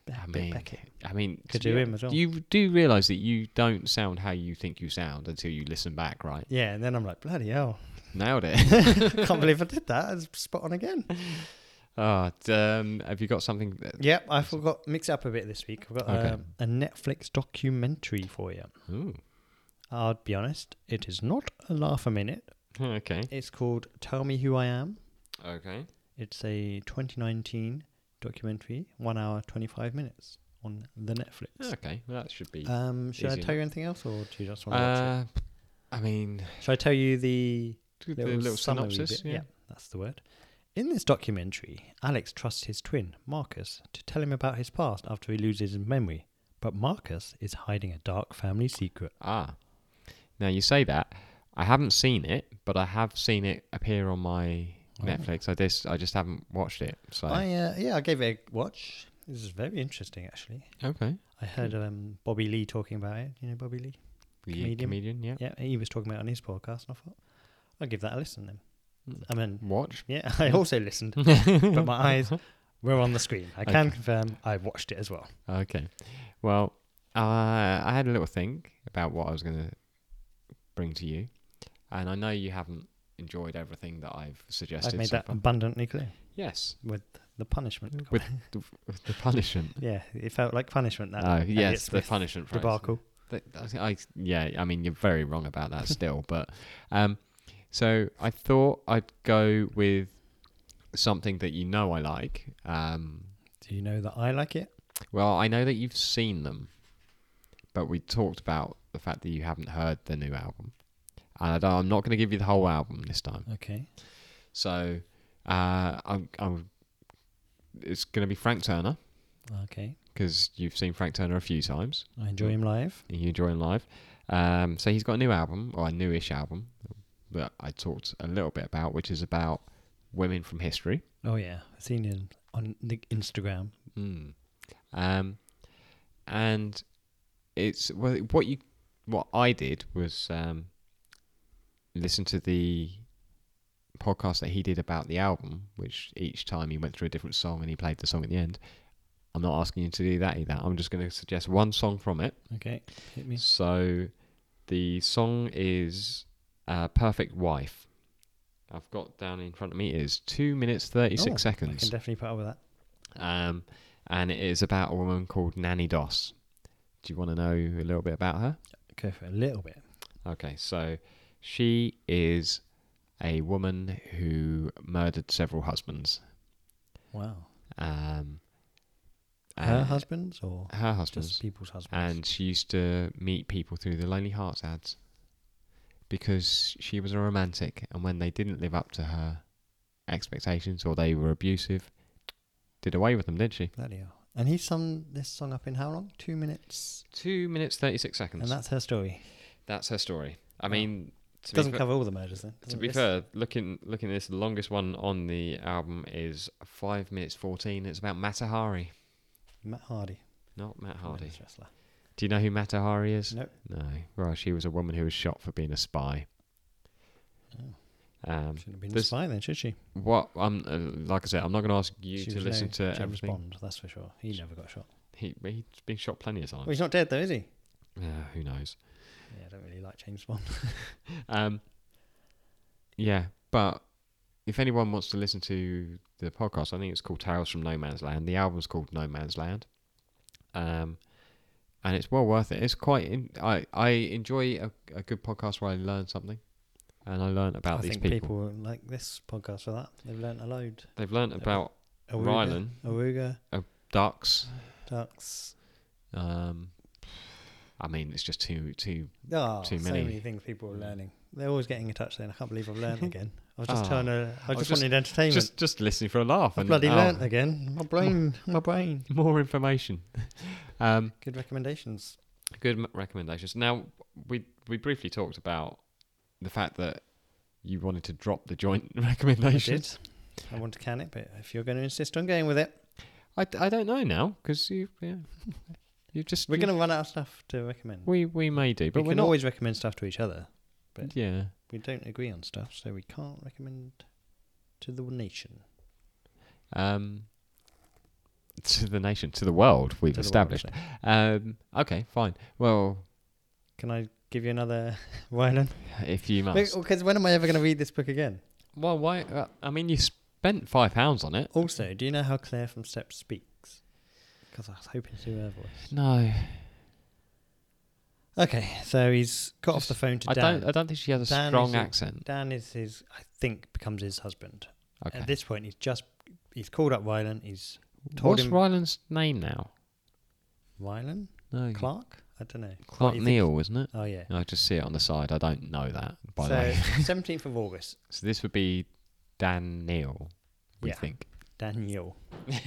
Speaker 1: Be-
Speaker 2: I
Speaker 1: Be-
Speaker 2: mean,
Speaker 1: Beckett.
Speaker 2: I mean,
Speaker 1: Could
Speaker 2: to
Speaker 1: do
Speaker 2: be-
Speaker 1: him as well.
Speaker 2: You do realise that you don't sound how you think you sound until you listen back, right?
Speaker 1: Yeah, and then I'm like, bloody hell.
Speaker 2: Nailed it.
Speaker 1: Can't believe I did that. It's spot on again.
Speaker 2: oh, d- um, have you got something?
Speaker 1: Yep, I forgot. Mix it up a bit this week. I've got
Speaker 2: Okay.
Speaker 1: um, a Netflix documentary for you.
Speaker 2: Ooh,
Speaker 1: I'll be honest, it is not a laugh a minute.
Speaker 2: okay.
Speaker 1: It's called Tell Me Who I Am.
Speaker 2: Okay.
Speaker 1: It's a 2019 documentary, one hour, 25 minutes on the Netflix.
Speaker 2: Okay. Well, that should be.
Speaker 1: Um, should I
Speaker 2: Easy
Speaker 1: tell you anything else, or do you just want to watch
Speaker 2: Uh, I mean,
Speaker 1: it? Should I tell you the
Speaker 2: the
Speaker 1: little,
Speaker 2: little,
Speaker 1: summary
Speaker 2: synopsis.
Speaker 1: bit.
Speaker 2: yeah.
Speaker 1: that's the word. In this documentary, Alex trusts his twin, Marcus, to tell him about his past after he loses his memory. But Marcus is hiding a dark family secret.
Speaker 2: Ah. Now you say that. I haven't seen it, but I have seen it appear on my
Speaker 1: Oh.
Speaker 2: Netflix. I just I just haven't watched it. So
Speaker 1: I uh, yeah, I gave it a watch. This is very interesting, actually.
Speaker 2: okay.
Speaker 1: I heard um, Bobby Lee talking about it. You know Bobby Lee?
Speaker 2: The
Speaker 1: Comedian.
Speaker 2: comedian, yeah.
Speaker 1: Yeah, he was talking about it on his podcast, and I thought I'll give that a listen then. I mean,
Speaker 2: Watch.
Speaker 1: yeah, I also listened, but my eyes were on the screen. I can confirm I watched it as well.
Speaker 2: Okay. Well, uh, I had a little think about what I was going to bring to you, and I know you haven't enjoyed everything that I've suggested.
Speaker 1: I've made
Speaker 2: so
Speaker 1: that
Speaker 2: far.
Speaker 1: abundantly clear
Speaker 2: Yes,
Speaker 1: with the punishment.
Speaker 2: With- the, the punishment.
Speaker 1: yeah, it felt like punishment that
Speaker 2: oh,
Speaker 1: Elliot
Speaker 2: yes, the
Speaker 1: Smith
Speaker 2: punishment. phrase.
Speaker 1: debacle.
Speaker 2: Th- I, I, yeah, I mean you're very wrong about that still, but um, so I thought I'd go with something that you know I like. Um,
Speaker 1: Do you know that I like it?
Speaker 2: well, I know that you've seen them, but we talked about the fact that you haven't heard the new album, and I don't, I'm not going to give you the whole album this time.
Speaker 1: Okay.
Speaker 2: So uh, I'm, I'm, it's going to be Frank Turner
Speaker 1: Okay.
Speaker 2: because you've seen Frank Turner a few times.
Speaker 1: I enjoy him live.
Speaker 2: you enjoy him live. Um, so he's got a new album, or a newish album, that I talked a little bit about, which is about women from history.
Speaker 1: Oh yeah, I've seen him on the Instagram.
Speaker 2: Mm. Um, and it's well, what you what I did was um, listen to the podcast that he did about the album, which each time he went through a different song and he played the song at the end. I'm not asking you to do that either. I'm just going to suggest one song from it.
Speaker 1: Okay, hit me.
Speaker 2: So the song is uh, Perfect Wife. I've got down in front of me it is 2 minutes 36
Speaker 1: Oh, I can
Speaker 2: seconds.
Speaker 1: definitely put up with that.
Speaker 2: Um, and it is about a woman called Nanny Doss. Do you want to know a little bit about her?
Speaker 1: Go for a little bit.
Speaker 2: Okay, so she is a woman who murdered several husbands.
Speaker 1: Wow.
Speaker 2: Um,
Speaker 1: Her
Speaker 2: uh,
Speaker 1: husbands or
Speaker 2: Her husbands.
Speaker 1: just people's husbands?
Speaker 2: and she used to meet people through the Lonely Hearts ads because she was a romantic, and when they didn't live up to her expectations or they were abusive, did away with them, did she?
Speaker 1: bloody hell. And he summed this song up in how long? Two minutes.
Speaker 2: Two minutes thirty six seconds.
Speaker 1: And that's her story.
Speaker 2: that's her story. I
Speaker 1: Wow.
Speaker 2: mean, to
Speaker 1: Doesn't
Speaker 2: be, fa-
Speaker 1: cover all the murders then.
Speaker 2: to
Speaker 1: doesn't
Speaker 2: be
Speaker 1: this?
Speaker 2: fair, looking looking at this, the longest one on the album is five minutes fourteen. It's about Matahari,
Speaker 1: Matt Hardy.
Speaker 2: not Matt Hardy.
Speaker 1: Women's wrestler.
Speaker 2: Do you know who Matahari is?
Speaker 1: Nope.
Speaker 2: No. Well, she was a woman who was shot for being a spy.
Speaker 1: Oh.
Speaker 2: Um,
Speaker 1: Shouldn't have been
Speaker 2: This-
Speaker 1: a spy then, should she?
Speaker 2: What um, uh, like I said, I'm not going to ask you
Speaker 1: she
Speaker 2: to
Speaker 1: was
Speaker 2: listen
Speaker 1: no
Speaker 2: to
Speaker 1: James
Speaker 2: everything. Oh.
Speaker 1: Bond, that's for sure. He never got shot.
Speaker 2: He he's been shot plenty of
Speaker 1: Well,
Speaker 2: times.
Speaker 1: he's not dead though, is he?
Speaker 2: Yeah, who knows?
Speaker 1: Yeah, I don't really like James Bond.
Speaker 2: Um, yeah, but if anyone wants to listen to the podcast, I think it's called Tales from No Man's Land. The album's called No Man's Land. Um, and it's well worth it. It's quite. In, I I enjoy a, a good podcast where I learn something, and I learn about
Speaker 1: I
Speaker 2: these
Speaker 1: think
Speaker 2: people.
Speaker 1: like this podcast for that. They've learnt a load.
Speaker 2: They've learned about
Speaker 1: Awooga,
Speaker 2: Rylan.
Speaker 1: Awooga,
Speaker 2: ducks.
Speaker 1: ducks.
Speaker 2: Um, I mean, it's just too too
Speaker 1: Oh,
Speaker 2: Too
Speaker 1: so
Speaker 2: many.
Speaker 1: many things people are learning. They're always getting in touch saying, I can't believe I've learned again. I was just
Speaker 2: Oh.
Speaker 1: trying to, I
Speaker 2: was
Speaker 1: just
Speaker 2: just-
Speaker 1: wanted entertainment.
Speaker 2: just just listening for a laugh
Speaker 1: I
Speaker 2: and
Speaker 1: bloody
Speaker 2: oh, Hmm.
Speaker 1: learnt again. My brain, my brain.
Speaker 2: more information. um,
Speaker 1: Good recommendations.
Speaker 2: good m- recommendations. Now we we briefly talked about the fact that you wanted to drop the joint
Speaker 1: I
Speaker 2: recommendations.
Speaker 1: did. I want to can it, but if you're going to insist on going with it,
Speaker 2: I, d- I don't know now because you yeah, you just
Speaker 1: we're
Speaker 2: you-
Speaker 1: going to run out of stuff to recommend.
Speaker 2: we we may do, but
Speaker 1: we
Speaker 2: we are
Speaker 1: can
Speaker 2: not.
Speaker 1: always recommend stuff to each other. recommend
Speaker 2: yeah,
Speaker 1: We don't agree on stuff, so we can't recommend to the nation.
Speaker 2: um, to the nation, to the world, we've
Speaker 1: to the world,
Speaker 2: established.
Speaker 1: so.
Speaker 2: um, okay, fine. Well,
Speaker 1: Can I give you another Rylan?
Speaker 2: if you must.
Speaker 1: Because when am I ever going to read this book again?
Speaker 2: Well, why? Uh, I mean, you spent five pounds on it.
Speaker 1: Also, do you know how Claire from Steps speaks? Because I was hoping to do her voice.
Speaker 2: No,
Speaker 1: Okay, so he's got off the
Speaker 2: Just-
Speaker 1: phone to
Speaker 2: I
Speaker 1: Dan.
Speaker 2: don't. uh, I don't think she has a
Speaker 1: Dan
Speaker 2: strong
Speaker 1: is a-
Speaker 2: accent.
Speaker 1: Dan is his, I think, becomes his husband.
Speaker 2: Okay.
Speaker 1: At this point, he's just he's called up Rylan. He's told
Speaker 2: What's
Speaker 1: him-
Speaker 2: Ryland's name now?
Speaker 1: Rylan
Speaker 2: No,
Speaker 1: Clark. I don't know.
Speaker 2: Mm-hmm. Clark
Speaker 1: you think-
Speaker 2: Neal, isn't it?
Speaker 1: Oh yeah.
Speaker 2: No, I just see it on the side. I don't know that. By the way,
Speaker 1: so seventeenth of August,
Speaker 2: so this would be Dan Neal. We
Speaker 1: Yeah.
Speaker 2: think
Speaker 1: Daniel.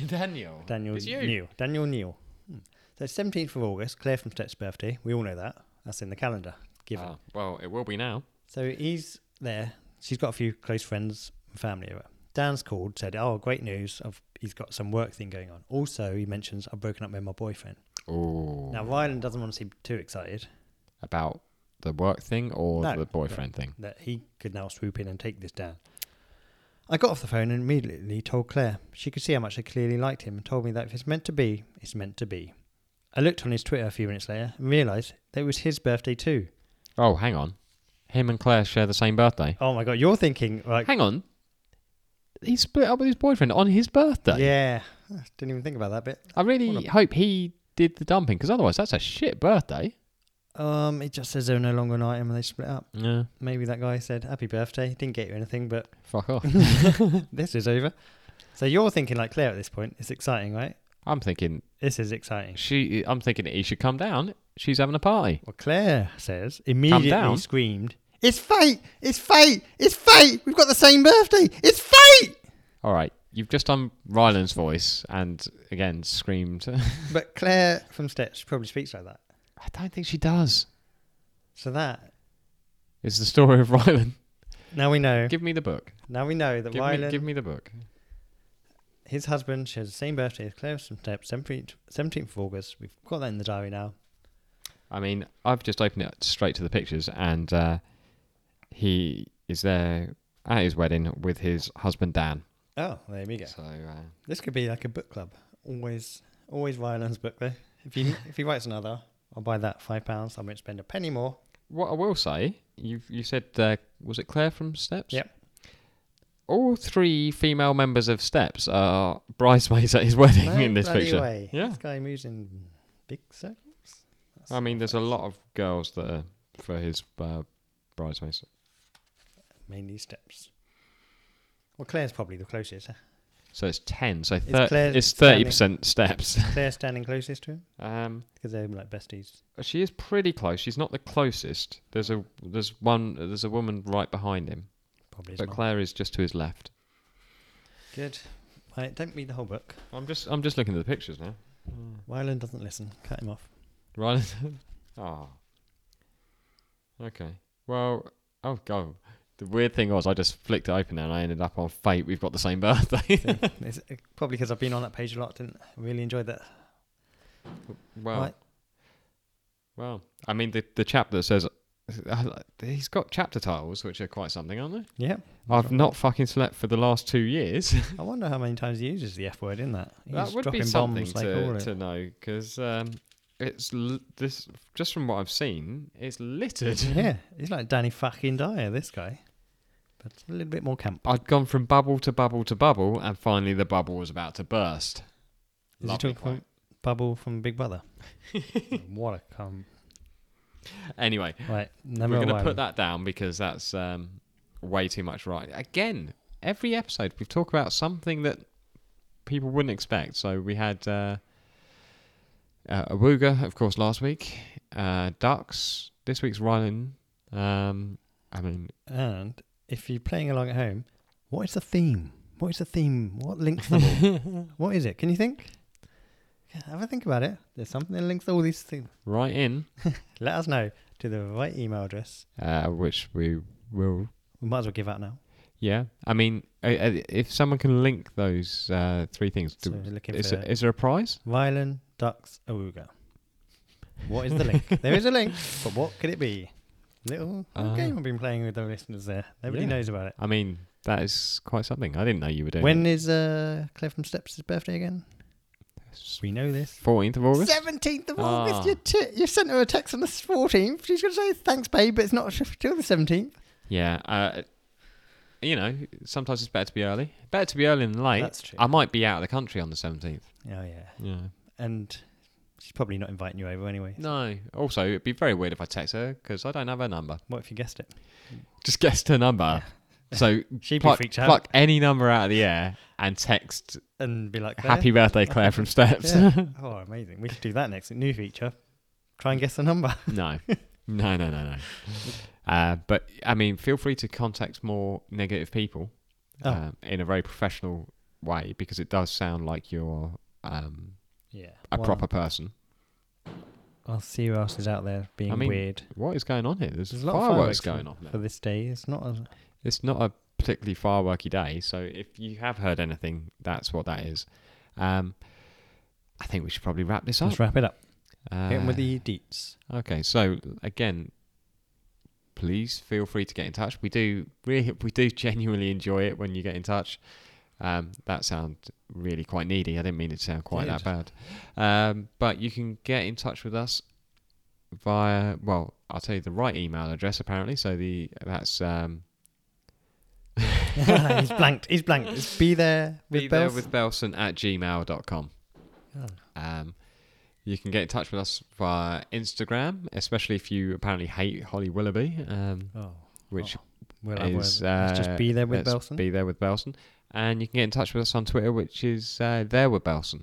Speaker 2: Daniel.
Speaker 1: Daniel
Speaker 2: It's you.
Speaker 1: Neal. Daniel Neal. Hmm. So seventeenth of August, Claire from Steps' birthday. We all know that. That's in the calendar. Given.
Speaker 2: Ah, well, it will be now.
Speaker 1: So he's there. She's got a few close friends and family over. Dan's called, said, "Oh, great news! I've, he's got some work thing going on." Also, he mentions, "I've broken up with my boyfriend."
Speaker 2: Oh,
Speaker 1: Now, Ryland doesn't want to seem too excited
Speaker 2: about the work thing or
Speaker 1: No,
Speaker 2: the boyfriend thing.
Speaker 1: that he could now swoop in and take this down. I got off the phone and immediately told Claire. She could see how much I clearly liked him and told me that if it's meant to be, it's meant to be. I looked on his Twitter a few minutes later and realised that it was his birthday too.
Speaker 2: Oh, hang on. Him and Claire share the same birthday.
Speaker 1: Oh my god, you're thinking like,
Speaker 2: Hang on. He split up with his boyfriend on his birthday.
Speaker 1: yeah, I didn't even think about that bit.
Speaker 2: I really
Speaker 1: What
Speaker 2: hope he did the dumping because otherwise that's a shit birthday.
Speaker 1: Um, it just says they're no longer an item and they split up.
Speaker 2: Yeah.
Speaker 1: Maybe that guy said happy birthday, didn't get you anything, but
Speaker 2: Fuck off.
Speaker 1: this is over. So you're thinking like Claire at this point. It's exciting, right?
Speaker 2: I'm thinking
Speaker 1: This is exciting.
Speaker 2: she. I'm thinking he should come down. She's having a party.
Speaker 1: Well, Claire says immediately
Speaker 2: down.
Speaker 1: screamed, "It's fate! It's fate! It's fate! We've got the same birthday! It's fate!"
Speaker 2: All right. You've just done Ryland's voice and again screamed.
Speaker 1: But Claire from Steps probably speaks like that.
Speaker 2: I don't think she does.
Speaker 1: So that
Speaker 2: It's the story of Ryland.
Speaker 1: now we know.
Speaker 2: Give me the book.
Speaker 1: Now we know that
Speaker 2: Give me,
Speaker 1: Ryland,
Speaker 2: give me the book.
Speaker 1: his husband, shares the same birthday as Claire from Steps, 17th, 17th of August. We've got that in the diary now.
Speaker 2: I mean, I've just opened it straight to the pictures, and uh, he is there at his wedding with his husband Dan.
Speaker 1: Oh, there we go.
Speaker 2: So uh,
Speaker 1: This could be like a book club. Always, always Ryland's book though. If he if he writes another, I'll buy that five pounds. I won't spend a penny more.
Speaker 2: what I will say, you you said uh, was it Claire from Steps?
Speaker 1: Yep.
Speaker 2: All three female members of Steps are bridesmaids at his wedding
Speaker 1: No
Speaker 2: in this
Speaker 1: bloody
Speaker 2: picture.
Speaker 1: way.
Speaker 2: Yeah.
Speaker 1: This guy moves in big circles. That's
Speaker 2: I mean, there's a lot of girls that are for his uh, bridesmaids.
Speaker 1: mainly steps. Well, Claire's probably the closest. huh?
Speaker 2: So it's ten. So
Speaker 1: It's
Speaker 2: thir-
Speaker 1: Claire
Speaker 2: it's thirty percent Steps.
Speaker 1: Claire's standing closest to him
Speaker 2: Um,
Speaker 1: because they're like besties.
Speaker 2: She is pretty close. She's not the closest. There's a there's one there's a woman right behind him,
Speaker 1: Probably. his
Speaker 2: but
Speaker 1: mum.
Speaker 2: Claire is just to his left.
Speaker 1: Good. Right, don't read the whole book.
Speaker 2: I'm just I'm just looking at the pictures now.
Speaker 1: Wyland doesn't listen. Cut him off.
Speaker 2: Right. oh. Okay. Well. Oh go. The weird thing was I just flicked it open and I ended up on Fate. We've got the same birthday.
Speaker 1: it's probably because I've been on that page a lot. Didn't really enjoy that.
Speaker 2: well.
Speaker 1: Right.
Speaker 2: Well. I mean the the chap that says. He's got chapter titles, which are quite something, aren't they?
Speaker 1: Yeah.
Speaker 2: I've not fucking slept for the last two years.
Speaker 1: I wonder how many times he uses the F word in that. He's
Speaker 2: that would be
Speaker 1: dropping
Speaker 2: something
Speaker 1: bombs like all
Speaker 2: to,
Speaker 1: of
Speaker 2: to know because um, it's l- this just from what I've seen, it's littered.
Speaker 1: Yeah, he's like Danny fucking Dyer, this guy. But a little bit more camp.
Speaker 2: I'd gone from bubble to bubble to bubble, and finally the bubble was about to burst.
Speaker 1: Is he
Speaker 2: Lovely
Speaker 1: talking from Bubble from Big Brother? what a cum.
Speaker 2: quote. Anyway,
Speaker 1: Right, no
Speaker 2: we're
Speaker 1: more
Speaker 2: going to
Speaker 1: Wyland.
Speaker 2: put that down because that's um, way too much. Right again, every episode we talk about something that people wouldn't expect. So we had uh, uh, Awuga, of course, last week. Uh, ducks this week's running. Um, I mean,
Speaker 1: And if you're playing along at home, what is the theme? What is the theme? What links them all? what is it? Can you think? Yeah, Have a think about it. There's something that links all these things.
Speaker 2: right in,
Speaker 1: Let us know to the right email address.
Speaker 2: uh, which we will.
Speaker 1: We might as well give out now.
Speaker 2: Yeah, I mean, uh, uh, if someone can link those uh, three things,
Speaker 1: So
Speaker 2: do,
Speaker 1: we're looking
Speaker 2: is,
Speaker 1: for
Speaker 2: there- is there a prize?
Speaker 1: Rylan, Ducks, Awuga. What is the link? there is a link, but what could it be? Little, little
Speaker 2: Uh,
Speaker 1: game I've been playing with the listeners there. Nobody
Speaker 2: Yeah.
Speaker 1: knows about it.
Speaker 2: I mean, that is quite something. I didn't know you were doing.
Speaker 1: When is uh, Claire from Steps' birthday again? We know this.
Speaker 2: Fourteenth of August.
Speaker 1: Seventeenth of
Speaker 2: Ah.
Speaker 1: August. You, t- you sent her a text on the fourteenth. She's going to say thanks, babe, but it's not till the seventeenth.
Speaker 2: Yeah. Uh, you know, sometimes it's better to be early. Better to be early than late.
Speaker 1: That's true.
Speaker 2: I might be out of the country on the seventeenth.
Speaker 1: Oh yeah,
Speaker 2: Yeah.
Speaker 1: and she's probably not inviting you over anyway.
Speaker 2: No. Also, it'd be very weird if I text her because I don't have her number.
Speaker 1: What if you guessed it?
Speaker 2: Just guessed her number. So
Speaker 1: She'd
Speaker 2: pluck,
Speaker 1: be freaked out
Speaker 2: pluck any number out of the air and text
Speaker 1: and be like,
Speaker 2: "Happy birthday, Claire" from Steps.
Speaker 1: Yeah. Oh, amazing! We should do that next new feature. Try and guess the number.
Speaker 2: No, no, no, no, no. Uh, but I mean, feel free to contact more negative people
Speaker 1: Oh.
Speaker 2: um, in a very professional way because it does sound like you're um,
Speaker 1: Yeah,
Speaker 2: a proper person.
Speaker 1: I'll see who else is out there being
Speaker 2: I mean,
Speaker 1: weird
Speaker 2: What is going on here? There's,
Speaker 1: There's a lot of
Speaker 2: fireworks,
Speaker 1: fireworks
Speaker 2: going on.
Speaker 1: for
Speaker 2: There.
Speaker 1: this day. It's not a
Speaker 2: It's not a particularly fireworky day, so if you have heard anything, that's what that is. Um, I think we should probably wrap this up.
Speaker 1: Let's wrap it up.
Speaker 2: Uh,
Speaker 1: Hit 'em with the deets.
Speaker 2: Okay, so again, please feel free to get in touch. We do really, we do genuinely enjoy it when you get in touch. Um, that sound really quite needy. I didn't mean it to sound quite
Speaker 1: Did.
Speaker 2: that bad. Um, but you can get in touch with us via well, I'll tell you the right email address apparently. So the that's um,
Speaker 1: he's blanked. He's blanked. It's be there with
Speaker 2: be there
Speaker 1: bells.
Speaker 2: with Belson at gmail.com.
Speaker 1: Oh.
Speaker 2: Um, you can get in touch with us via Instagram, especially if you apparently hate Holly Willoughby, um,
Speaker 1: Oh,
Speaker 2: which
Speaker 1: well, I
Speaker 2: is
Speaker 1: was. Let's
Speaker 2: uh,
Speaker 1: just be there with
Speaker 2: let's
Speaker 1: Belson.
Speaker 2: Be there with Belson, and you can get in touch with us on Twitter, which is uh, there with Belson.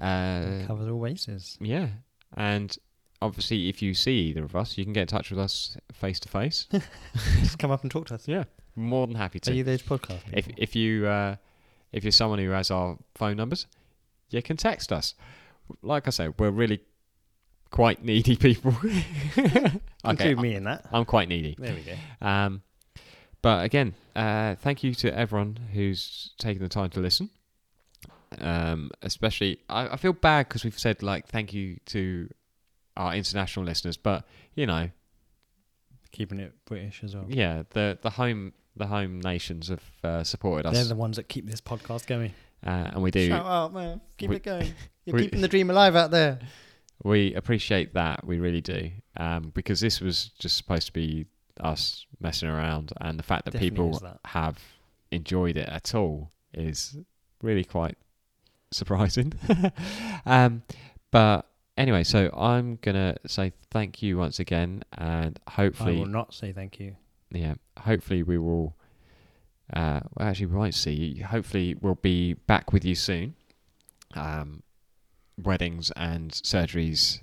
Speaker 2: Uh,
Speaker 1: Covers all bases.
Speaker 2: yeah, and obviously, if you see either of us, you can get in touch with us face to face.
Speaker 1: just come up and talk to us.
Speaker 2: Yeah, more than happy
Speaker 1: Are
Speaker 2: to.
Speaker 1: you those podcast people?
Speaker 2: If if you uh, if you're someone who has our phone numbers, you can text us. Like I said, we're really quite needy people. okay,
Speaker 1: Include me in that.
Speaker 2: I'm quite needy.
Speaker 1: There we go.
Speaker 2: Um, but again, uh, thank you to everyone who's taken the time to listen. Um, especially, I, I feel bad because we've said like thank you to our international listeners, but you know,
Speaker 1: Keeping it British as well.
Speaker 2: yeah, the the home the home nations have uh, supported
Speaker 1: They're
Speaker 2: us,
Speaker 1: the ones that keep this podcast going.
Speaker 2: uh, and we do
Speaker 1: Shout out, man. Keep
Speaker 2: We-
Speaker 1: it going. You're
Speaker 2: we-
Speaker 1: keeping the dream alive out there.
Speaker 2: we appreciate that. We really do, um, because this was just supposed to be us messing around, and the fact that
Speaker 1: Definitely
Speaker 2: people
Speaker 1: is that.
Speaker 2: have enjoyed it at all is really quite surprising. um, but anyway, so I'm gonna say thank you once again, and
Speaker 1: I will
Speaker 2: hopefully,
Speaker 1: not say thank you.
Speaker 2: yeah, hopefully we will. Uh, well, actually, we won't see you. Hopefully, we'll be back with you soon. Um, weddings and surgeries,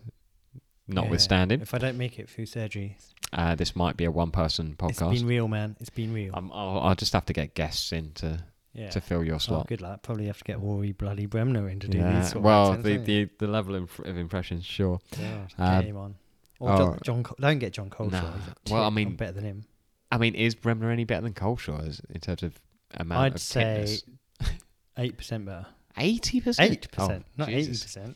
Speaker 2: notwithstanding,
Speaker 1: If I don't make it through surgery,
Speaker 2: uh, this might be a one-person
Speaker 1: it's been
Speaker 2: podcast.
Speaker 1: real, man. It's been real.
Speaker 2: Um, I'll, I'll just have to get guests in to,
Speaker 1: yeah.
Speaker 2: to fill your
Speaker 1: Oh,
Speaker 2: slot.
Speaker 1: good luck. Probably have to get Rory bloody Bremner in to do
Speaker 2: Yeah,
Speaker 1: these sort
Speaker 2: well,
Speaker 1: of
Speaker 2: the,
Speaker 1: accents,
Speaker 2: the, the level of, of impressions, sure.
Speaker 1: ain't it? God,
Speaker 2: um,
Speaker 1: get him on. Or
Speaker 2: oh,
Speaker 1: John, John Col- don't get John Coltrane.
Speaker 2: Nah.
Speaker 1: he's a
Speaker 2: Well, I
Speaker 1: tit.
Speaker 2: mean,
Speaker 1: I'm better than him.
Speaker 2: I mean, is Bremner any better than Coleshaw as- in terms of amount
Speaker 1: I'd
Speaker 2: of
Speaker 1: say eight percent better.
Speaker 2: eighty percent? Oh,
Speaker 1: Eight percent, not eighty percent.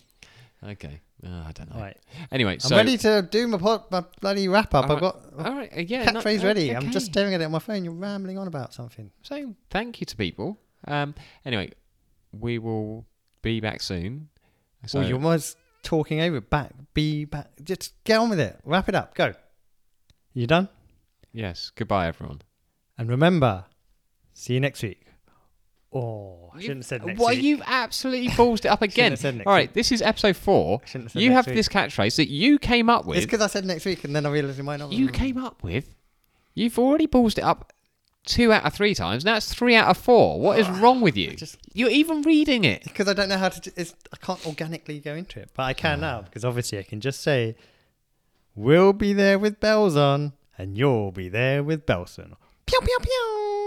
Speaker 2: Okay, Oh, I don't know.
Speaker 1: Right,
Speaker 2: Anyway,
Speaker 1: I'm
Speaker 2: so
Speaker 1: ready to do my, pod, my bloody wrap up. I've
Speaker 2: Alright.
Speaker 1: got
Speaker 2: all right, uh, yeah, no,
Speaker 1: catchphrase
Speaker 2: uh,
Speaker 1: ready. I'm just
Speaker 2: okay.
Speaker 1: staring at it on my phone. You're rambling on about something.
Speaker 2: So thank you to people. Um, anyway, we will be back soon. So
Speaker 1: oh, you're almost talking over. it. Back, be back. Just get on with it. Wrap it up. Go. You done?
Speaker 2: yes, goodbye, everyone.
Speaker 1: And remember, see you next week. Oh, I shouldn't have said next
Speaker 2: Why
Speaker 1: week.
Speaker 2: you've absolutely ballsed it up again?
Speaker 1: have said next
Speaker 2: all right, this is episode four.
Speaker 1: I shouldn't have said
Speaker 2: You
Speaker 1: next
Speaker 2: have
Speaker 1: week.
Speaker 2: this catchphrase that you came up
Speaker 1: It's
Speaker 2: with.
Speaker 1: because I said next week, and then I realised it might not.
Speaker 2: you came up with. You've already ballsed it up two out of three times. Now it's three out of four. What is wrong with you?
Speaker 1: just-
Speaker 2: You're even reading it.
Speaker 1: because I don't know how to. do- It's, I can't organically go into it, but I can now because obviously I can just say, "We'll be there with bells on, and you'll be there with bells on." Pew pew pew.